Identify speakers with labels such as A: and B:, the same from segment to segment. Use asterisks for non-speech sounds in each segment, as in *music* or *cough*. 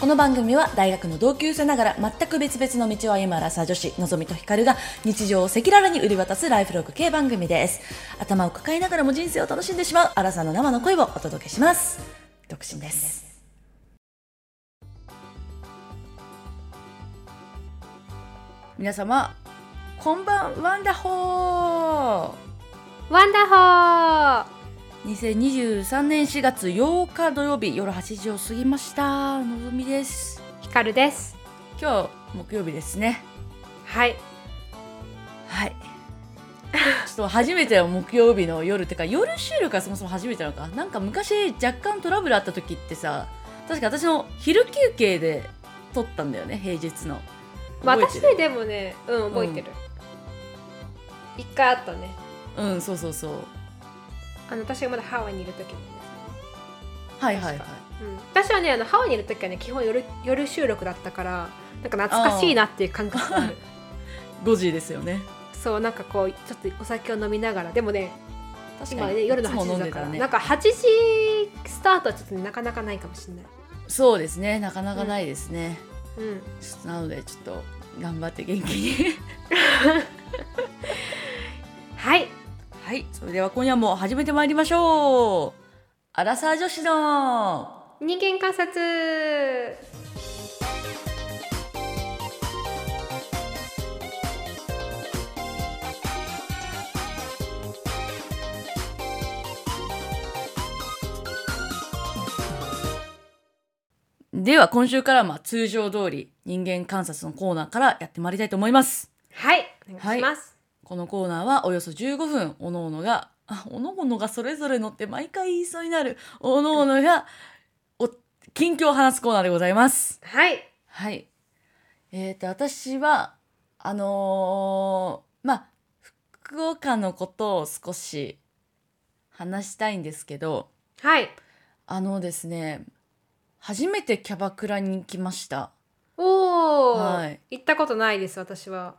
A: この番組は大学の同級生ながら全く別々の道を歩むアラサー女子のぞみとひかるが日常を赤裸々に売り渡すライフログ系番組です頭を抱えながらも人生を楽しんでしまうアラサーの生の声をお届けします独身です皆様こんばんワンダホー
B: ワンダホー
A: 2023年4月8日土曜日夜8時を過ぎましたのぞみです
B: ひかるです
A: 今日木曜日ですね
B: はい
A: はいちょっと初めての木曜日の夜ってか夜収録がそもそも初めてなのかなんか昔若干トラブルあった時ってさ確か私の昼休憩で撮ったんだよね平日の覚えて
B: 私
A: る
B: ねでもねうん覚えてる一、回あったね
A: うんそうそうそう
B: あの私がまだハワイにいる時もね
A: はいはい
B: 確
A: はい
B: かうん、私はねあのハワイにいる時はね基本夜夜収録だったからなんか懐かしいなっていう感覚がある
A: 5時ですよね
B: *laughs* そうなんかこうちょっとお酒を飲みながらでもね
A: 確
B: 今
A: かに
B: ね夜の
A: いつも
B: 8
A: 飲
B: 時
A: ん
B: だ
A: で
B: か
A: た
B: ら
A: らね
B: なんか8時スタートはちょっとね、なかなかないかもしれない
A: そうですねなかなかないですね、
B: うん
A: ちょっとなのでちょっと頑張って元気に
B: *laughs* はい
A: はいそれでは今夜も始めてまいりましょうアラサー女子の
B: 人間観察
A: では今週からまあ通常通り人間観察のコーナーからやってまいりたいと思います
B: はいお願いします、
A: このコーナーはおよそ15分おのおのがあおのおのがそれぞれのって毎回言いそうになるおのおのがお近況を話すコーナーでございます
B: はい
A: はい。えー、と、私は、あのーまあ、福岡のことを少し話したいんですけど、
B: はい
A: あのですね、初めてキャバクラに来ました。
B: おお、
A: はい
B: 行ったことないです私は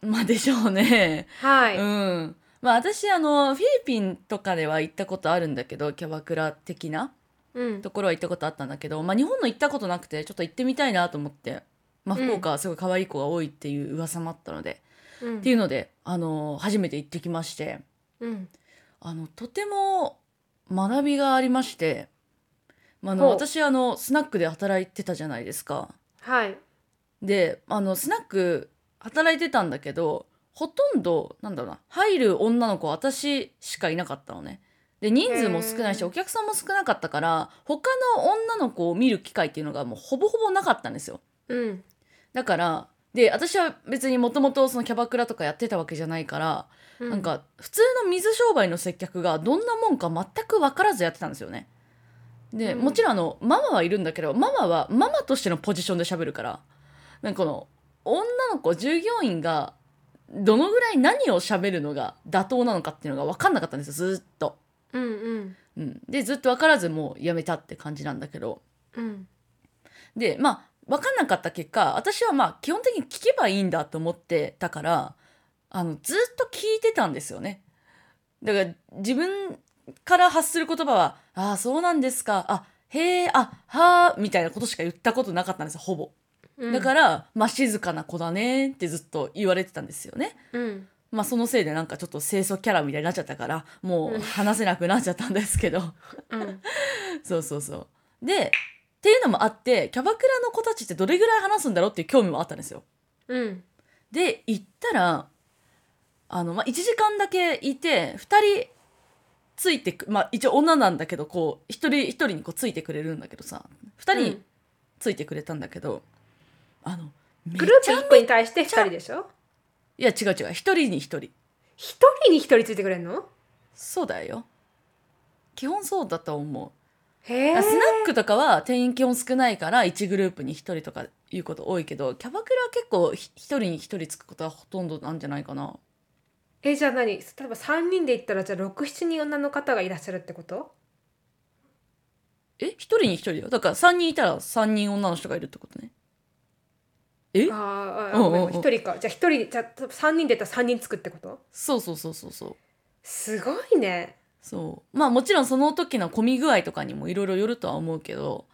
A: まあ、でしょうね。
B: はい、
A: うん。まあ、私、あの、フィリピンとかでは行ったことあるんだけど、キャバクラ的な
B: うん、
A: ところは行ったことあったんだけど、まあ、日本の行ったことなくて、ちょっと行ってみたいなと思って、まあ、
B: うん
A: 福岡はすごい可愛い子が多いっていう噂もあったので、
B: うん
A: っていうので、あの初めて行ってきまして
B: うん
A: あのとても学びがありまして、まあ、あの
B: ほう
A: 私あのスナックで働いてたじゃないですか。
B: はい
A: であのスナック働いてたんだけどほとんどなんだろうな入る女の子は私しかいなかったのね。で人数も少ないし
B: へー
A: お客さんも少なかったから他の女の子を見る機会っていうのがもうほぼほぼなかったんですよ。
B: うん
A: だからで私は別にもともとそのキャバクラとかやってたわけじゃないから
B: う
A: なんか普通の水商売の接客がどんなもんか全く分からずやってたんですよね。で、
B: うん
A: もちろんあのママはいるんだけどママはママとしてのポジションで喋るからなんかこの女の子従業員がどのぐらい何を喋るのが妥当なのかっていうのが分かんなかったんですよずーっと。
B: うんうん
A: うん、でずっと分からずもうやめたって感じなんだけど
B: うん
A: でまあ分かんなかった結果私はまあ基本的に聞けばいいんだと思ってたからあのずっと聞いてたんですよね。だから自分から発する言葉は「ああそうなんですか」あ「へえあはあ」みたいなことしか言ったことなかったんですよほぼ。
B: うん
A: だからら、まあ静かな子だねってずっと言われてたんですよね。
B: うん
A: まあそのせいでなんかちょっと清楚キャラみたいになっちゃったからも
B: う
A: うん話せなくなっちゃったんですけど。
B: うん
A: そうそうそう。で、っていうのもあって、キャバクラの子たちってどれぐらい話すんだろうっていう興味もあったんですよ。
B: うん
A: で、行ったら、あの、まあ、1時間だけいて、2人ついてく、まあ、一応女なんだけど、こう、一人一人にこうついてくれるんだけどさ、2人ついてくれたんだけど、あの、め
B: グルー
A: ち
B: プ
A: ゃ
B: 1個に対して2人でしょ
A: いや、違う違う、1人に1人。
B: 1人に1人ついてくれるの
A: そうだよ。基本そうだと思う。
B: へえ
A: スナックとかは店員基本少ないから1グループに1人とかいうこと多いけどキャバクラは結構ひ1人に1人つくことはほとんどなんじゃないかな
B: えじゃあ何例えば3人で行ったらじゃあ67人女の方がいらっしゃるってこと
A: え1人に1人だよだから3人いたら3人女の人がいるってことねえ
B: あーあ
A: うんうんうん
B: ー1人かじゃあ1人じゃあ3人で行ったら3人つくってこと
A: そうそうそうそうそう
B: すごいね
A: そうまあもちろんその時の混み具合とかにもいろいろよるとは思うけど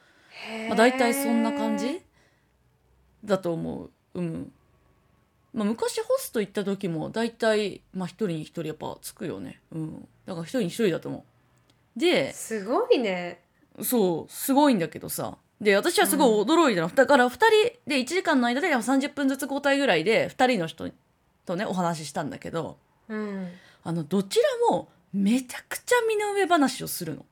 A: まあ、大体そんな感じだと思う。うんまあ、昔ホスト行った時も大体、まあ、一人に一人やっぱつくよね。うん、だから一人に一人だと思う。で
B: すごいね
A: そうすごいんだけどさで私はすごい驚いたの、だから2人で1時間の間で30分ずつ交代ぐらいで2人の人とねお話ししたんだけど
B: うん
A: あのどちらもめちゃくちゃ身の上話をするの。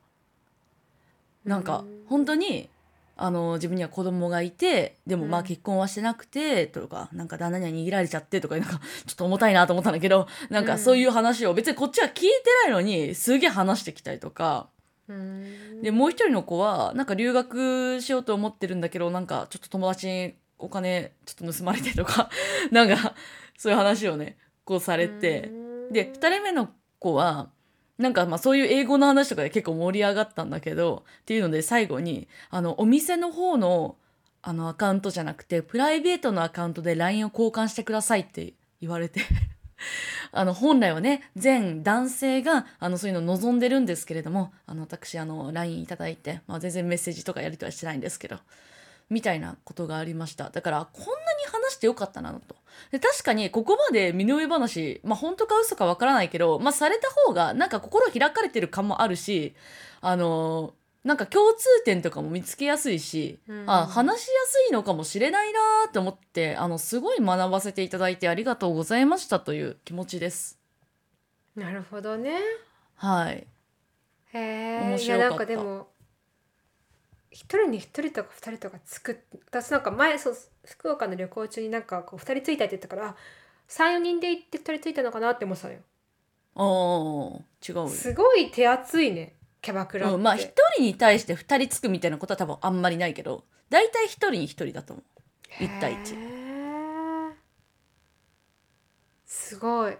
A: なんか
B: うん
A: 本当にあの自分には子供がいてでもま
B: う
A: あ
B: ん
A: 結婚はしてなくてとかなんか旦那には握られちゃってとかなんかちょっと重たいなと思ったんだけどなん
B: う
A: か
B: ん
A: そういう話を別にこっちは聞いてないのにすげえ話してきたりとか。
B: うん
A: でもう一人の子はなんか留学しようと思ってるんだけどなんかちょっと友達にお金ちょっと盗まれてとか *laughs* なんかそういう話をねこうされて
B: うん
A: で2人目の子はなんかまあそういう英語の話とかで結構盛り上がったんだけどっていうので最後にあのお店の方のあのアカウントじゃなくてプライベートのアカウントで LINE を交換してくださいって言われて *laughs* あの本来はね全男性があのそういうの望んでるんですけれどもあの私あの LINE いただいて、まあ、全然メッセージとかやりとりはしてないんですけどみたいなことがありましただからこんなに話してよかったなとで確かにここまで身の上話まあ本当か嘘かわからないけど、まあ、された方がなんか心開かれてる感もあるしあのーなんか共通点とかも見つけやすいし、
B: うん
A: あ話しやすいのかもしれないなーと思ってあのすごい学ばせていただいてありがとうございましたという気持ちです。
B: なるほどね
A: はい、
B: へえ
A: 面
B: いや
A: 白か
B: な
A: った
B: んかでも一人に一人とか二人とかつく私なんか前そう福岡の旅行中になんかこう二人ついたって言ったから34人で行って二人ついたのかなって思ってたのよ
A: あー違うよ
B: すごい手厚いねキャバクラって、
A: うん、まあ一人に対して二人つくみたいなことは多分あんまりないけど大体一人に一人だと思う一対一
B: へーすごい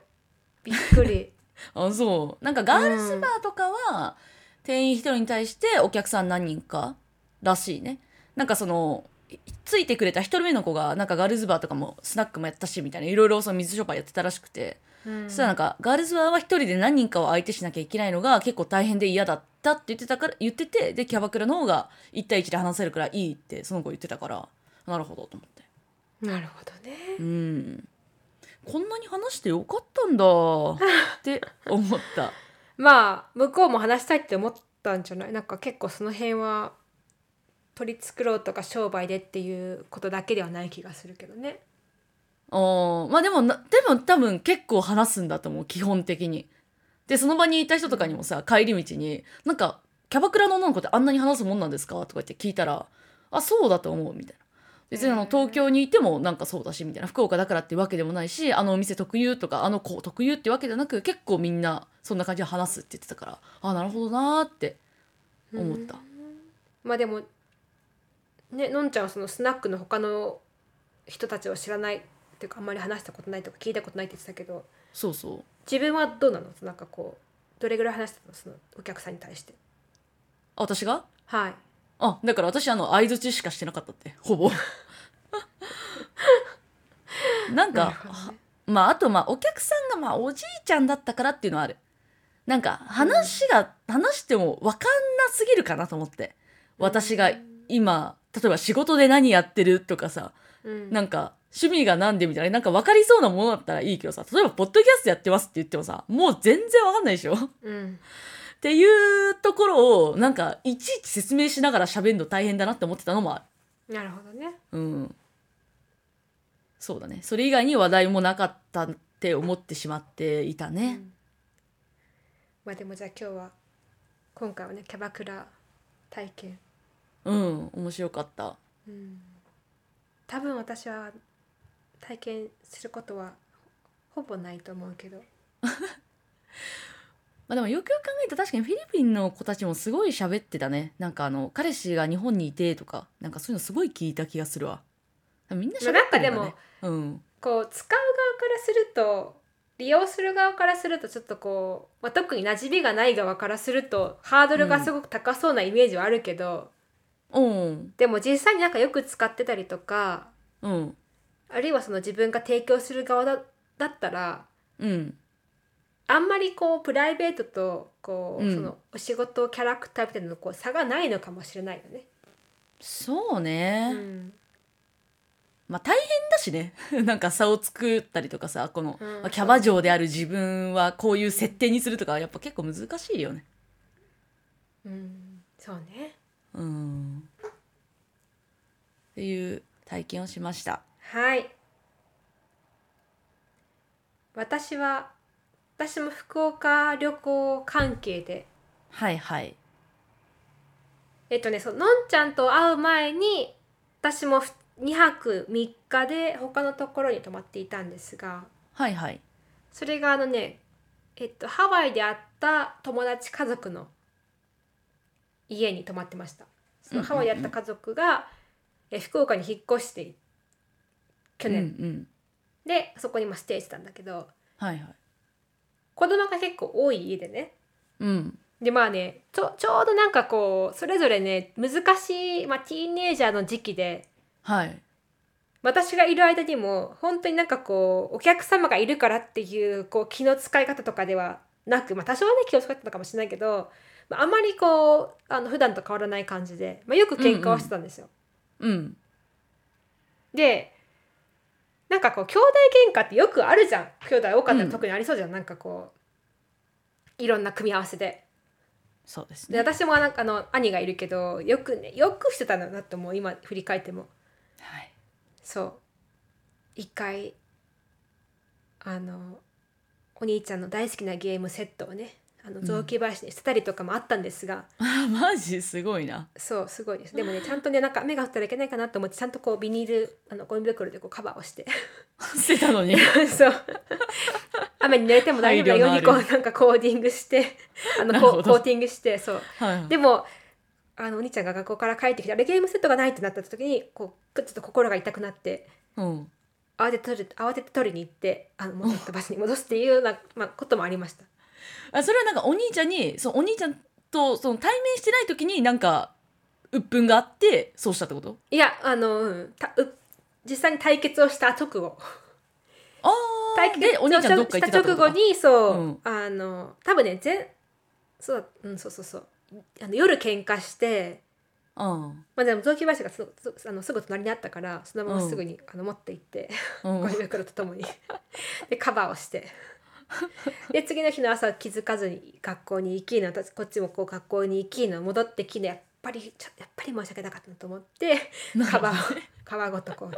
B: びっ
A: *laughs*
B: くり
A: あそうなんかガールズバーとかは、店員一人に対してお客さん何人からしいねなんかそのいついてくれた一人目の子がなんかガールズバーとかもスナックもやったしみたいないろいろその水商売やってたらしくて、
B: うん
A: そしたらなんかガールズバーは一人で何人かを相手しなきゃいけないのが結構大変で嫌だったって言ってたから言っててでキャバクラの方が一対一で話せるからいいってその子言ってたからなるほどと思って
B: なるほどね
A: うんこんなに話してよかったんだって思った。
B: まあ向こうも話したいって思ったんじゃないなんか結構その辺は取り繕うとか商売でっていうことだけではない気がするけどね
A: おまあでもなでも多分結構話すんだと思う基本的にでその場にいた人とかにもさ帰り道に「なんかキャバクラの女の子ってあんなに話すもんなんですか?」とか言って聞いたら「あそうだと思う」みたいな別にあ
B: へ
A: の
B: ー
A: 東京にいてもなんかそうだしみたいな福岡だからってわけでもないしあのお店特有とかあの子特有ってわけじゃなく結構みんなそんな感じで話すって言ってたからあなるほどなーって思った
B: まあでもねのんちゃんはそのスナックの他の人たちを知らないっていうかあんまり話したことないとか聞いたことないって言ってたけど
A: そうそう
B: 自分はどうなのなんかこうどれぐらい話してたのそのお客さんに対して
A: あ私が
B: はい
A: あだから私あの相づちしかしてなかった
B: *laughs*
A: ってほぼ *laughs* なんか
B: なるほどね
A: まああとまあお客さんがまあおじいちゃんだったからっていうのはあるなんか話が、話しても分かんなすぎるかなと思って私が今例えば仕事で何やってるとかさ
B: うん
A: なんか趣味が何でみたいななんか分かりそうなものだったらいいけどさ例えばポッドキャストやってますって言ってもさもう全然分かんないでしょっ
B: うん
A: ていうところをなんかいちいち説明しながら喋るの大変だなって思ってたのもある
B: なるほどね
A: うん。そうだね。それ以外に話題もなかったって思ってしまっていたね。
B: うんまあでもじゃあ今日は今回はねキャバクラ体験、
A: うん、面白かった。
B: うん、多分私は体験することはほぼないと思うけど
A: まあでもよくよく考えたら確かにフィリピンの子たちもすごい喋ってたね。なんかあの、彼氏が日本にいてとか、なんかそういうのすごい聞いた気がするわ。みんな喋ってるんだね。
B: まあなんか
A: うん。
B: こう使う側からすると利用する側からするとちょっとこう、まあ、特に馴染みがない側からするとハードルがすごく高そうなイメージはあるけど、
A: うん。
B: でも実際になんかよく使ってたりとか
A: うん。
B: あるいはその自分が提供する側だだったら
A: うん。
B: あんまりこうプライベートとこう、
A: うん
B: そのお仕事キャラクターみたいなのこう差がないのかもしれないよね。
A: そう
B: う
A: ね、
B: ん
A: まあ大変だしね *laughs* なんか差を作ったりとかさこの、
B: うん
A: まあキャバ嬢である自分はこういう設定にするとかはやっぱ結構難しいよね
B: うん、そうね
A: うんっていう体験をしました
B: はい私は私も福岡旅行関係で
A: はいはい
B: えっとねそうのんちゃんと会う前に私も2泊3日で他のところに泊まっていたんですが
A: はいはい
B: それがあのねえっとハワイで会った友達家族の家に泊まってましたそのハワイで会った家族が、え福岡に引っ越してい去年、
A: うんうん
B: でそこにまあステイしてたんだけど
A: はいはい
B: 子供が結構多い家でね
A: うん
B: でまあねちょちょうどなんかこうそれぞれね難しい、まあ、ティーンエイジャーの時期で
A: はい
B: 私がいる間にも本当になんかこうお客様がいるからっていうこう気の使い方とかではなく、まあ、多少はね気を使ってたかもしれないけど、まあ、あまりこうあの普段と変わらない感じで、まあ、よく喧嘩はしてたんですよ。
A: うん
B: でなんかこう兄弟喧嘩ってよくあるじゃん兄弟多かったら特にありそうじゃん、なんかこういろんな組み合わせで。
A: そうです
B: で
A: ね
B: 私もなんかあの兄がいるけどよくねよくしてたんだなって思う今振り返っても
A: はい
B: そう一回あのお兄ちゃんの大好きなゲームセットをねあの
A: うん
B: 雑木林に捨てたりとかもあったんですが、
A: あマジすごい *laughs* な *laughs*
B: そうすごいですでもねちゃんとねなんか雨が降ったらいけないかなと思ってちゃんとこうビニールあのゴミ袋でこうカバーをして *laughs*
A: 捨てたのに
B: そう雨に濡れても大丈夫なようにこう
A: 配慮
B: なんかコーディングしてあの
A: なるほ
B: こう
A: ど
B: コーティングしてそう
A: はい
B: でもあのお兄ちゃんが学校から帰ってきてあれゲームセットがないってなった時にこうちょっと心が痛くなって
A: うん
B: 慌てて取る慌てて取りに行ってあの戻った場所に
A: *laughs*
B: 戻すっていうような、まあ、こともありました
A: あそれはなんかお兄ちゃんにそうお兄ちゃんとその対面してない時になんか鬱憤があってそうしたってこと
B: いやあの、うん、たう実際に対決をした直後
A: あ
B: 対
A: あ
B: 決
A: でお兄ちゃんどっか行ってたってこと
B: した直後
A: か
B: にそう、
A: うん
B: あの多分ね全そう,、うん、そうそうそうあの夜喧嘩して
A: うん
B: まあでも雑木林がすぐすあのすぐ隣にあったからそのまますぐに、あの持って行って
A: うん
B: *laughs* ゴミ袋とともにでカバーをしてで次の日の朝気づかずに学校に行きの私こっちもこう学校に行きの戻ってきのやっぱりちょやっぱり申し訳なかったなと思ってカバーをカバーごとこう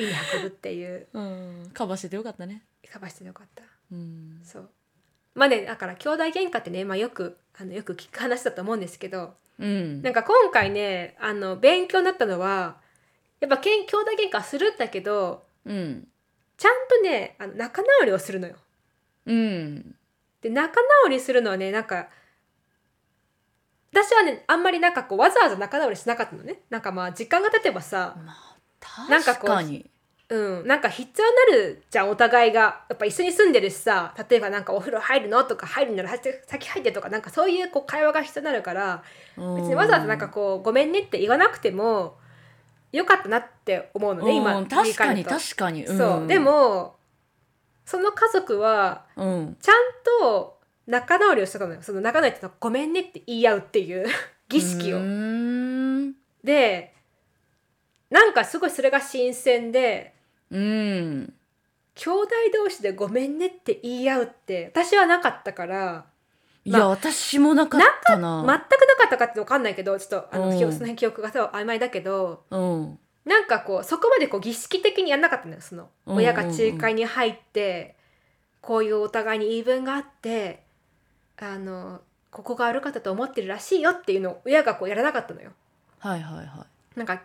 B: 家に運ぶっていう
A: うんカバーしててよかったね
B: カバーしててよかった
A: うん
B: そうまあねだから兄弟喧嘩ってね、まあ、よくあのよく聞く話だと思うんですけど
A: うん
B: なんか今回ねあの勉強になったのはやっぱけん兄弟喧嘩するんだけど
A: うん
B: ちゃんとねあの仲直りをするのよ。
A: うん
B: で仲直りするのはねなんか私はねあんまりなんかこうわざわざ仲直りしなかったのねなんかまあ時間が経てばさ
A: まあ
B: なんか
A: 確
B: こう
A: かに
B: うんなんか必要になるじゃんお互いがやっぱ一緒に住んでるしさ例えばなんかお風呂入るのとか入るなら先先入ってとかなんかそういうこう会話が必要になるから
A: 別
B: 別にわざわざなんかこうごめんねって言わなくてもよかったなって思うのね今
A: うん確かに
B: 振り返る
A: 確かに
B: と
A: ん
B: そうでもその家族は
A: うん
B: ちゃんと仲直りをしてたのよその仲直りってのはごめんねって言い合うっていう *laughs* 儀式
A: う
B: を。
A: ーん
B: でなんかすごいそれが新鮮で
A: うん
B: 兄弟同士でごめんねって言い合うって私はなかったから
A: い
B: ま
A: や
B: あ
A: 私もなかったな
B: 全くなかったかって分かんないけどちょっとあの、
A: うん
B: 記憶その辺記憶がさ曖昧だけど
A: うん
B: なんかこうそこまでこう儀式的にやんなかったのよその
A: うん
B: 親が仲介に入ってこういうお互いに言い分があってあのここが悪かったと思ってるらしいよっていうのを親がこうやらなかったのよ。
A: はいはいは
B: なんか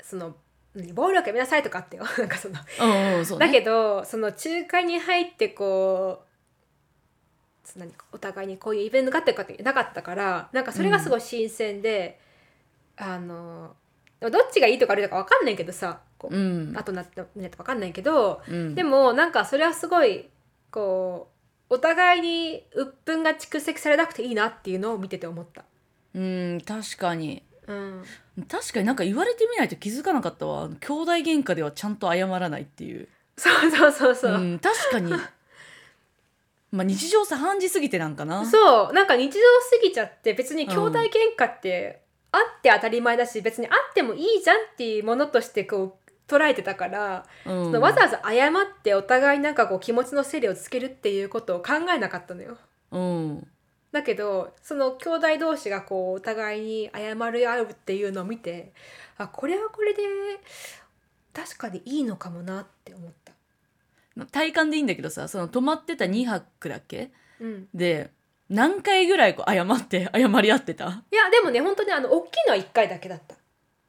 B: その何暴力やめなさいとかあってよ *laughs* なんかその
A: いうんうんそうね
B: だけどその仲介に入ってこうその何お互いにこういうイベントがあったかってなかったからなんかそれがすごい新鮮で、あのでもどっちがいいとか悪いとか分かんないけどさこう、
A: うん
B: 後になってみないと分かんないけど、
A: うん
B: でもなんかそれはすごいこうお互いに鬱憤が蓄積されなくていいなっていうのを見てて思った。
A: うん確かに
B: うん、
A: 確かになんか言われてみないと気づかなかったわあの兄弟喧嘩ではちゃんと謝らないっていう
B: そうそうそうそう。
A: ん、確か
B: *laughs*
A: にまあ日常茶飯事すぎてなんかな
B: そうなんか日常過ぎちゃって別に兄弟喧嘩ってあって当たり前だし別にあってもいいじゃんっていうものとしてこう捉えてたから、
A: うん
B: そのわざわざ謝ってお互いなんかこう気持ちの整理をつけるっていうことを考えなかったのよ。
A: うん
B: だけどその兄弟同士がこうお互いに謝り合うっていうのを見てあこれはこれで確かにいいのかもなって思った。
A: 体感でいいんだけどさその泊まってた2泊だっけ
B: うん、
A: で何回ぐらいこう謝って謝り合ってた
B: いやでもね本当にあの大きいのは1回だけだった。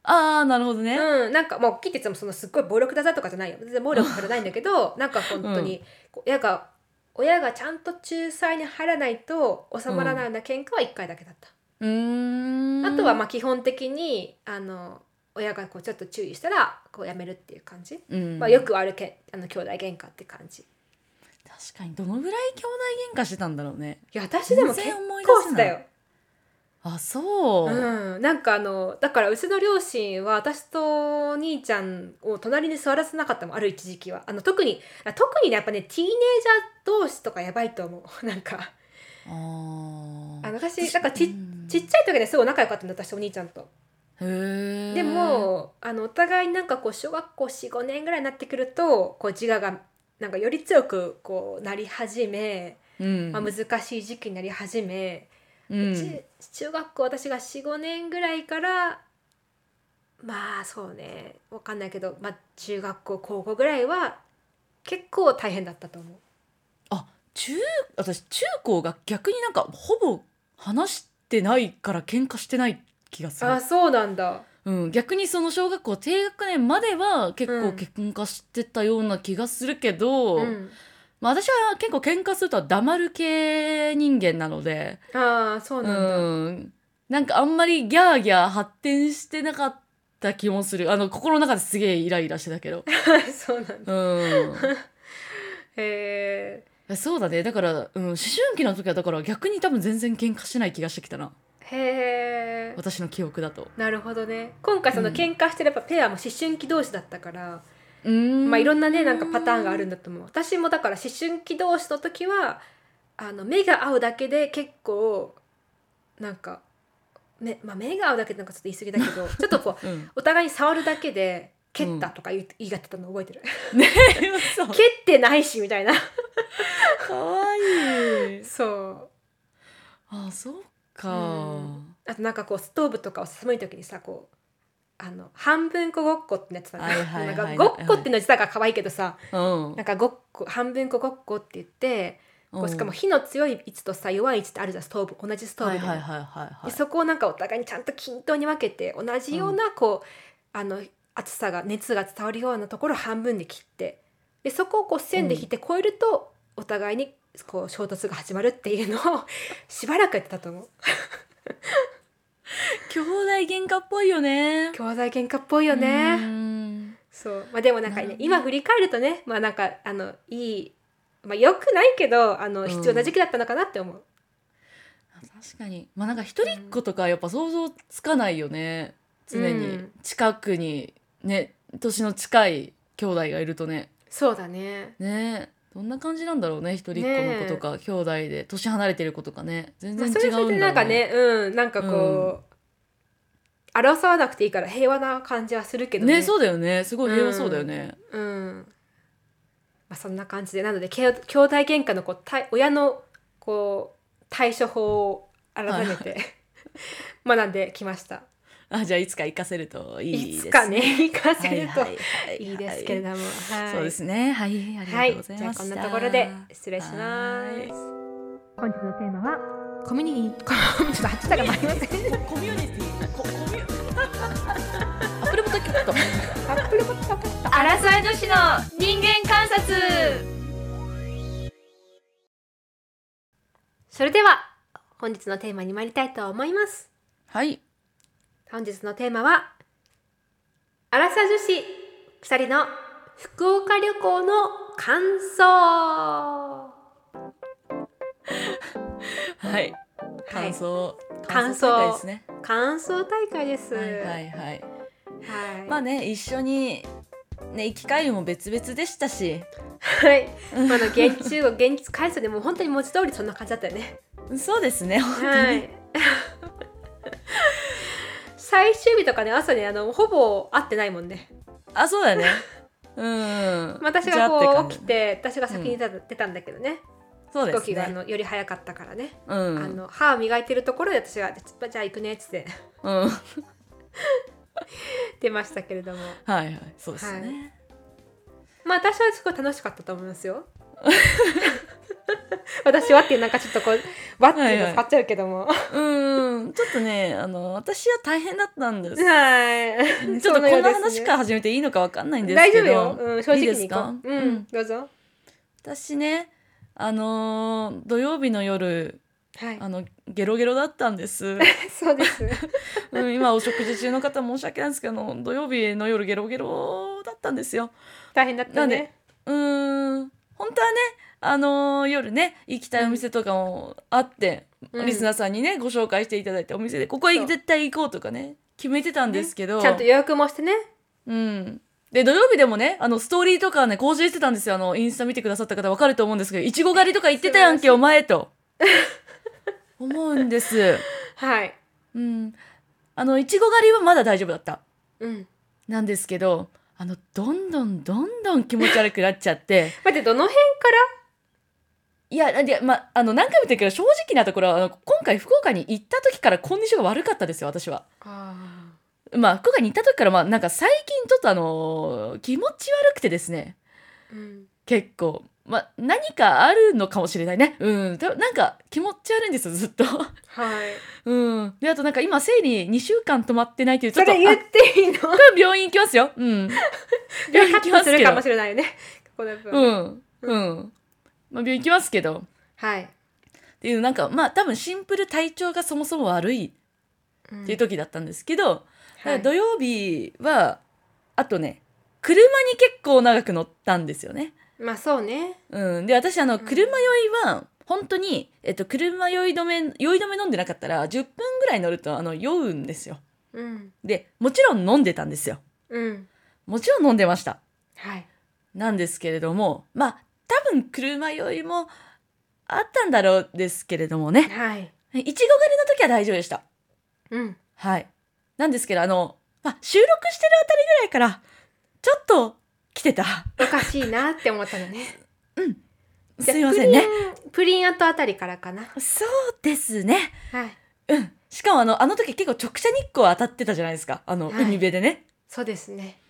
A: あーなるほどね、
B: うん、なんかまあ大きいって言ってもそのすっごい暴力だざとかじゃないよ全然暴力からないんだけどなんか本当にこう親が親がちゃんと仲裁に入らないと収まらないような喧嘩は1回だけだった。
A: うーん
B: あとはまあ基本的にあの親がこうちょっと注意したらこうやめるっていう感じ。
A: うん
B: まあ、よくあるけあの兄弟喧嘩って感じい
A: 確かにどのぐらい兄弟喧嘩してたんだろうね
B: や私でも
A: 全
B: 結
A: 然思い出
B: 構
A: せ
B: し
A: な
B: た
A: い
B: よ、
A: あそうう、
B: ん、なんかあのだからうちの両親は私とお兄ちゃんを隣に座らせなかったもんある一時期はあの特にあ特にねやっぱねティーネイジャー同士とかやばいと思う *laughs* なんか
A: あー
B: あの私なんかち,、
A: うん
B: ちっちゃい時はねすごい仲良かったんだ私とお兄ちゃんと
A: へえ
B: でもあのお互いなんかこう小学校45年ぐらいになってくるとこう自我がなんかより強くこうなり始め、
A: うん
B: まあ、難しい時期になり始め、
A: うん
B: 中中学校私が45年ぐらいからまあそうねわかんないけど、まあ、中学校高校ぐらいは結構大変だったと思う。
A: 中私中高が逆になんかほぼ話してないから喧嘩してない気がする
B: あ、そうなんだ。
A: うん、逆にその小学校低学年までは結
B: う
A: 構
B: ん
A: 喧嘩してたような気がするけど、
B: うん、
A: まあ、私は結構喧嘩するとは黙る系人間なので
B: あーそう
A: う
B: なんだ。
A: んなんかあんまりギャーギャー発展してなかった気もするあの心の中ですげえイライラしてたけど
B: *laughs* そうなんだ。
A: うん。
B: へ
A: そうだねだから、うん、思春期の時はだから逆に多分全然喧嘩してない気がしてきたな
B: え。へえ。
A: 私の記憶だと
B: なるほどね。今回その
A: うん
B: 喧嘩してるやっぱペアも思春期同士だったから、
A: うーん
B: まあいろんなねなんかパターンがあるんだと思う私もだから思春期同士の時はあの目が合うだけで結構なんか目,、まあ、目が合うだけでなんかちょっと言い過ぎだけ
A: *laughs*
B: どちょっとこう *laughs*
A: うん
B: お互いに触るだけで蹴ったとか言い言いがってたの覚えてる *laughs*
A: そう
B: 蹴ってないしみたい
A: *laughs*
B: な
A: かわいい
B: そう
A: あそうか
B: うんあとなんかこうストーブとかを寒い時にさこうあの半分こごっこってやってたの
A: はいはいはい
B: なんかごっこっていうの自体が可愛いけどさ
A: うん
B: なんかごっこ半分こごっこって言ってこうしかも火の強い位置とさ弱い位置ってあるじゃんストーブ同じストー
A: は
B: ブ
A: い
B: で,、
A: はいはいはいはい
B: でそこをなんかお互いにちゃんと均等に分けて同じようなこう、あの熱さが熱が伝わるようなところを半分で切ってでそこをこう線で引いて超えると、お互いにこう衝突が始まるって
A: *laughs*
B: いうのをしばらくやってたと思う
A: 兄弟喧嘩っぽいよね
B: 兄弟喧嘩っぽいよ
A: う
B: ね
A: ん
B: そうまあでもなんか
A: なる
B: ね
A: ほど
B: 今振り返るとねまあなんかあのいいまあ良くないけどあ
A: う
B: の
A: ん
B: 必要な時期だったのかなって思う、
A: 確かにまあなんか一人っ子とかやっぱ想像つかないよね常
B: う
A: に
B: ん
A: 近くにね年の近い兄弟がいるとね
B: そうだね
A: ねどんな感じなんだろうね一人っ子の子とか、兄弟で年離れてる子とかね全
B: ま
A: 然
B: あ、
A: 違
B: それはそれ
A: う
B: で
A: ん
B: な
A: だろ
B: んか
A: うね。
B: ねうんなんかこう、争わなくていいから平和な感じはするけどね
A: ねそうだよねすごい平和そうだよね。
B: うんまあ、そんな感じでなのでけい兄弟喧嘩のこうたい親のこう対処法を改めて *laughs* 学んできました
A: あじゃあいつか行かせるといい
B: い
A: です
B: つかね行かせると
A: はいはいはい
B: いですけれども、はい
A: そうですねはいありが
B: は
A: とう
B: い
A: ござい
B: じゃ
A: ま
B: あ
A: した。
B: こんなところで失礼します本日のテーマはコミュニティ *laughs* ちょっと拍手が回り
A: *laughs*
B: ません
A: コミュニティココミュアップルポッドキャスト
B: アップルポッドキャスト
C: アラサー女子の人間観察
B: それでは本日のテーマに参りたいと思います
A: はい
B: 本日のテーマはアラサ女子二人の福岡旅行の感想
A: はい感想、
B: 感想
A: 大会ですね。
B: 感想大会です
A: はいはいはい。
B: はい
A: まあね一緒にね行き帰りも別々でしたし
B: はいまだ現地中国現地開催でもう本当に文字通りそんな感じだったよね
A: そうですね本当に、
B: はい最終日とかね朝ねあのほぼ会ってないもんね
A: あそうだねうん
B: *laughs* 私がこう起き
A: じゃあって
B: 私が先に出た,、出たんだけどね
A: 感じそうで
B: 飛行
A: す
B: 機があ
A: ね
B: のより早かったからね、
A: うん
B: あの歯を磨いてるところで私が「ちょっとじゃあ行くね」っつって *laughs*
A: うんはい
B: 出ましたけれども
A: はいそうですね、
B: まあ私はすごい楽しかったと思いま
A: *laughs*
B: すよ私はっていうなんかちょっとこう「わ」っていうの使っちゃうけどもは
A: うんちょっとねあの私は大変だったんです
B: *laughs* い
A: ちょっとこんな話
B: そ
A: か
B: のよ
A: ら始め
B: うですね
A: ていいのかわかんないんです
B: 大丈
A: けど
B: 夫よ、うん、正直に行こ
A: いいうですか
B: う
A: うん
B: んどうぞ
A: 私ねあのー土曜日の夜
B: はい
A: あのゲロゲロだったんです、
B: *laughs* そうです
A: うん、今お食事中の方申し訳ないんですけど土曜日の夜ゲロゲロだったんですよ
B: 大変だったね
A: うーん本当はねあのー夜ね行きたいお店とかもあって、
B: うん
A: リスナーさんにねご紹介していただいてお店でここへ
B: そう
A: 絶対行こうとかね決めてたんですけど、
B: ちゃんと予約もしてね
A: うん。で、土曜日でもね、あの、ストーリーとかね、更新してたんですよ。あの、インスタ見てくださった方わかると思うんですけど、いちご狩りとか言ってたやんけ、お前
B: *laughs*
A: と。思うんです。
B: はい
A: うん。あの、いちご狩りはまだ大丈夫だった。
B: うん
A: なんですけど、あの、どんどんどんどん気持ち悪くなっちゃって、 *laughs*
B: 待ってどの辺
A: いや、なんで、ま、あの、何回も言ってるけど、正直なところは、あの今回福岡に行った時からコンディションが悪かったですよ、私は。
B: あ
A: まあ、福岡に行った時から、まあ、なんか最近ちょっとあの気持ち悪くてですね。
B: あうん
A: 結構、まあ、何かあるのかもしれないねうん多分なんか気持ち悪いんですよずっと *laughs*
B: はい
A: うんであとなんか今生理2週間止まってないっていうち
B: そ
A: ょっと
B: れ言
A: あ
B: っていいの *laughs*
A: これ病院行きますようん *laughs* 病院行きます
B: する
A: け
B: かも
A: ど
B: しれないよね *laughs* この部分
A: うんうん、まあ、病院行きますけど
B: はい
A: っていうなんかまあ多分シンプル体調がそもそも悪いっていう時だったんですけど、だから土曜日はあとね車に結構長く乗ったんですよね
B: まあそうね
A: うん、で私あの
B: ん
A: 車酔いは本当に、えっと、車酔い止め酔い止め飲んでなかったら10分ぐらい乗るとあの酔うんですよ
B: うん
A: でもちろん飲んでたんですよ
B: うん
A: もちろん飲んでました
B: はい
A: なんですけれどもまあ多分車酔いもあったんだろうですけれどもねいちご
B: はい
A: 狩りの時は大丈夫でした
B: うん
A: はいなんですけどあの、まあ、収録してるあたりぐらいからちょっと来てた
B: おかしいなって思ったのね
A: *laughs* すいませんね
B: プリンプリンアートあたりからかな
A: そうですね
B: はい
A: うん、しかもあのあの時結構直射日光当たってたじゃないですかあの、
B: はい
A: 海辺でね
B: そうですね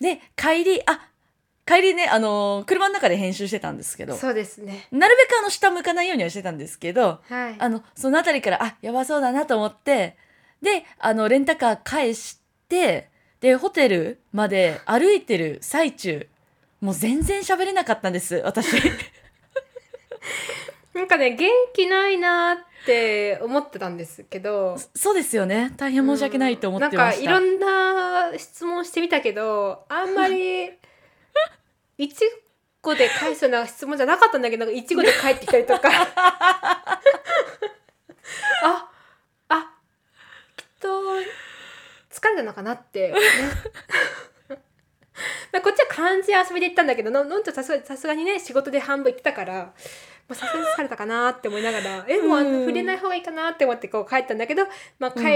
A: で帰りあ帰りねあのー車の中で編集してたんですけど
B: そうですね
A: なるべくあの下向かないようにはしてたんですけど
B: はい
A: あのその辺りからあやばそうだなと思ってであのレンタカー返してでホテルまで歩いてる最中もう全然喋れなかったんです
B: *laughs*
A: 私
B: なんかね元気ないなって思ってたんですけど
A: そうですよね大変申し訳ないと思ってました、
B: うんなんかいろんな質問してみたけどあんまりいちごで返すような質問じゃなかったんだけどなんかいちごで返ってきたりと
A: *laughs*
B: かああきっと疲れたのかなって、ね *laughs* まあこっちは完全に遊びで行ったんだけどののんちゃんさすがさすがにね仕事で半分行ってたから。まあさすがに疲れたかなって思いながらえもうあ
A: うん
B: の触れない方がいいかなって思ってこう帰ったんだけど、まあ、帰,、
A: うん
B: 帰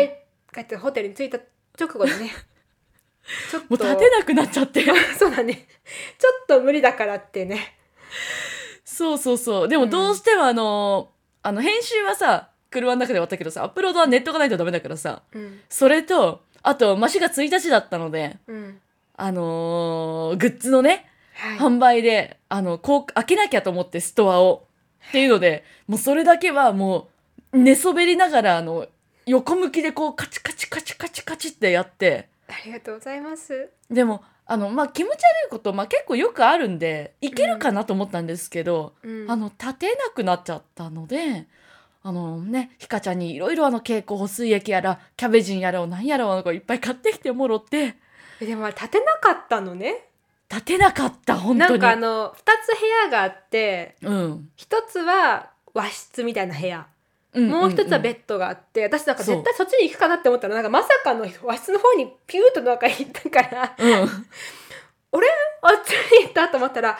B: ってホテルに着いた直後
A: *laughs*
B: でねちょっと
A: もう立てなくなっちゃって
B: *laughs* そうだねちょっと無理だからってね
A: そうそうそうでも
B: うん
A: どうしてもあの,、あの編集はさ車の中で終わったけどさアップロードはネットがないとダメだからさ
B: うん
A: それとあとマシが1日だったので
B: うん
A: あのーグッズのね
B: はい
A: 販売であのこう開けなきゃと思ってストアをっていうのでもうそれだけはもう寝そべりながらあの横向きでこうカチカチカチカチカチってやって
B: ありがとうございます
A: でもあのまあ気持ち悪いこと、まあ、結構よくあるんでいけるかなと思ったんですけど、
B: うん
A: あの立てなくなっちゃったのであのねひかちゃんにいろいろあの蛍光補水液やらキャベジンやらを何やらをなんかいっぱい買ってきてもろって
B: えでもあれ立てなかったのね
A: 立てなかった本
B: な
A: 当
B: ん
A: に
B: かあの2つ部屋があって
A: うん
B: 1つは和室みたいな部屋
A: うん
B: もう一つはベ
A: 別
B: ッドがあって、私なんか
A: そう
B: 絶対そっちに行くかなって思ったらなんかまさかの和室の方にピューッとなんか行ったから
A: うんうん
B: あっちに行ったと思ったら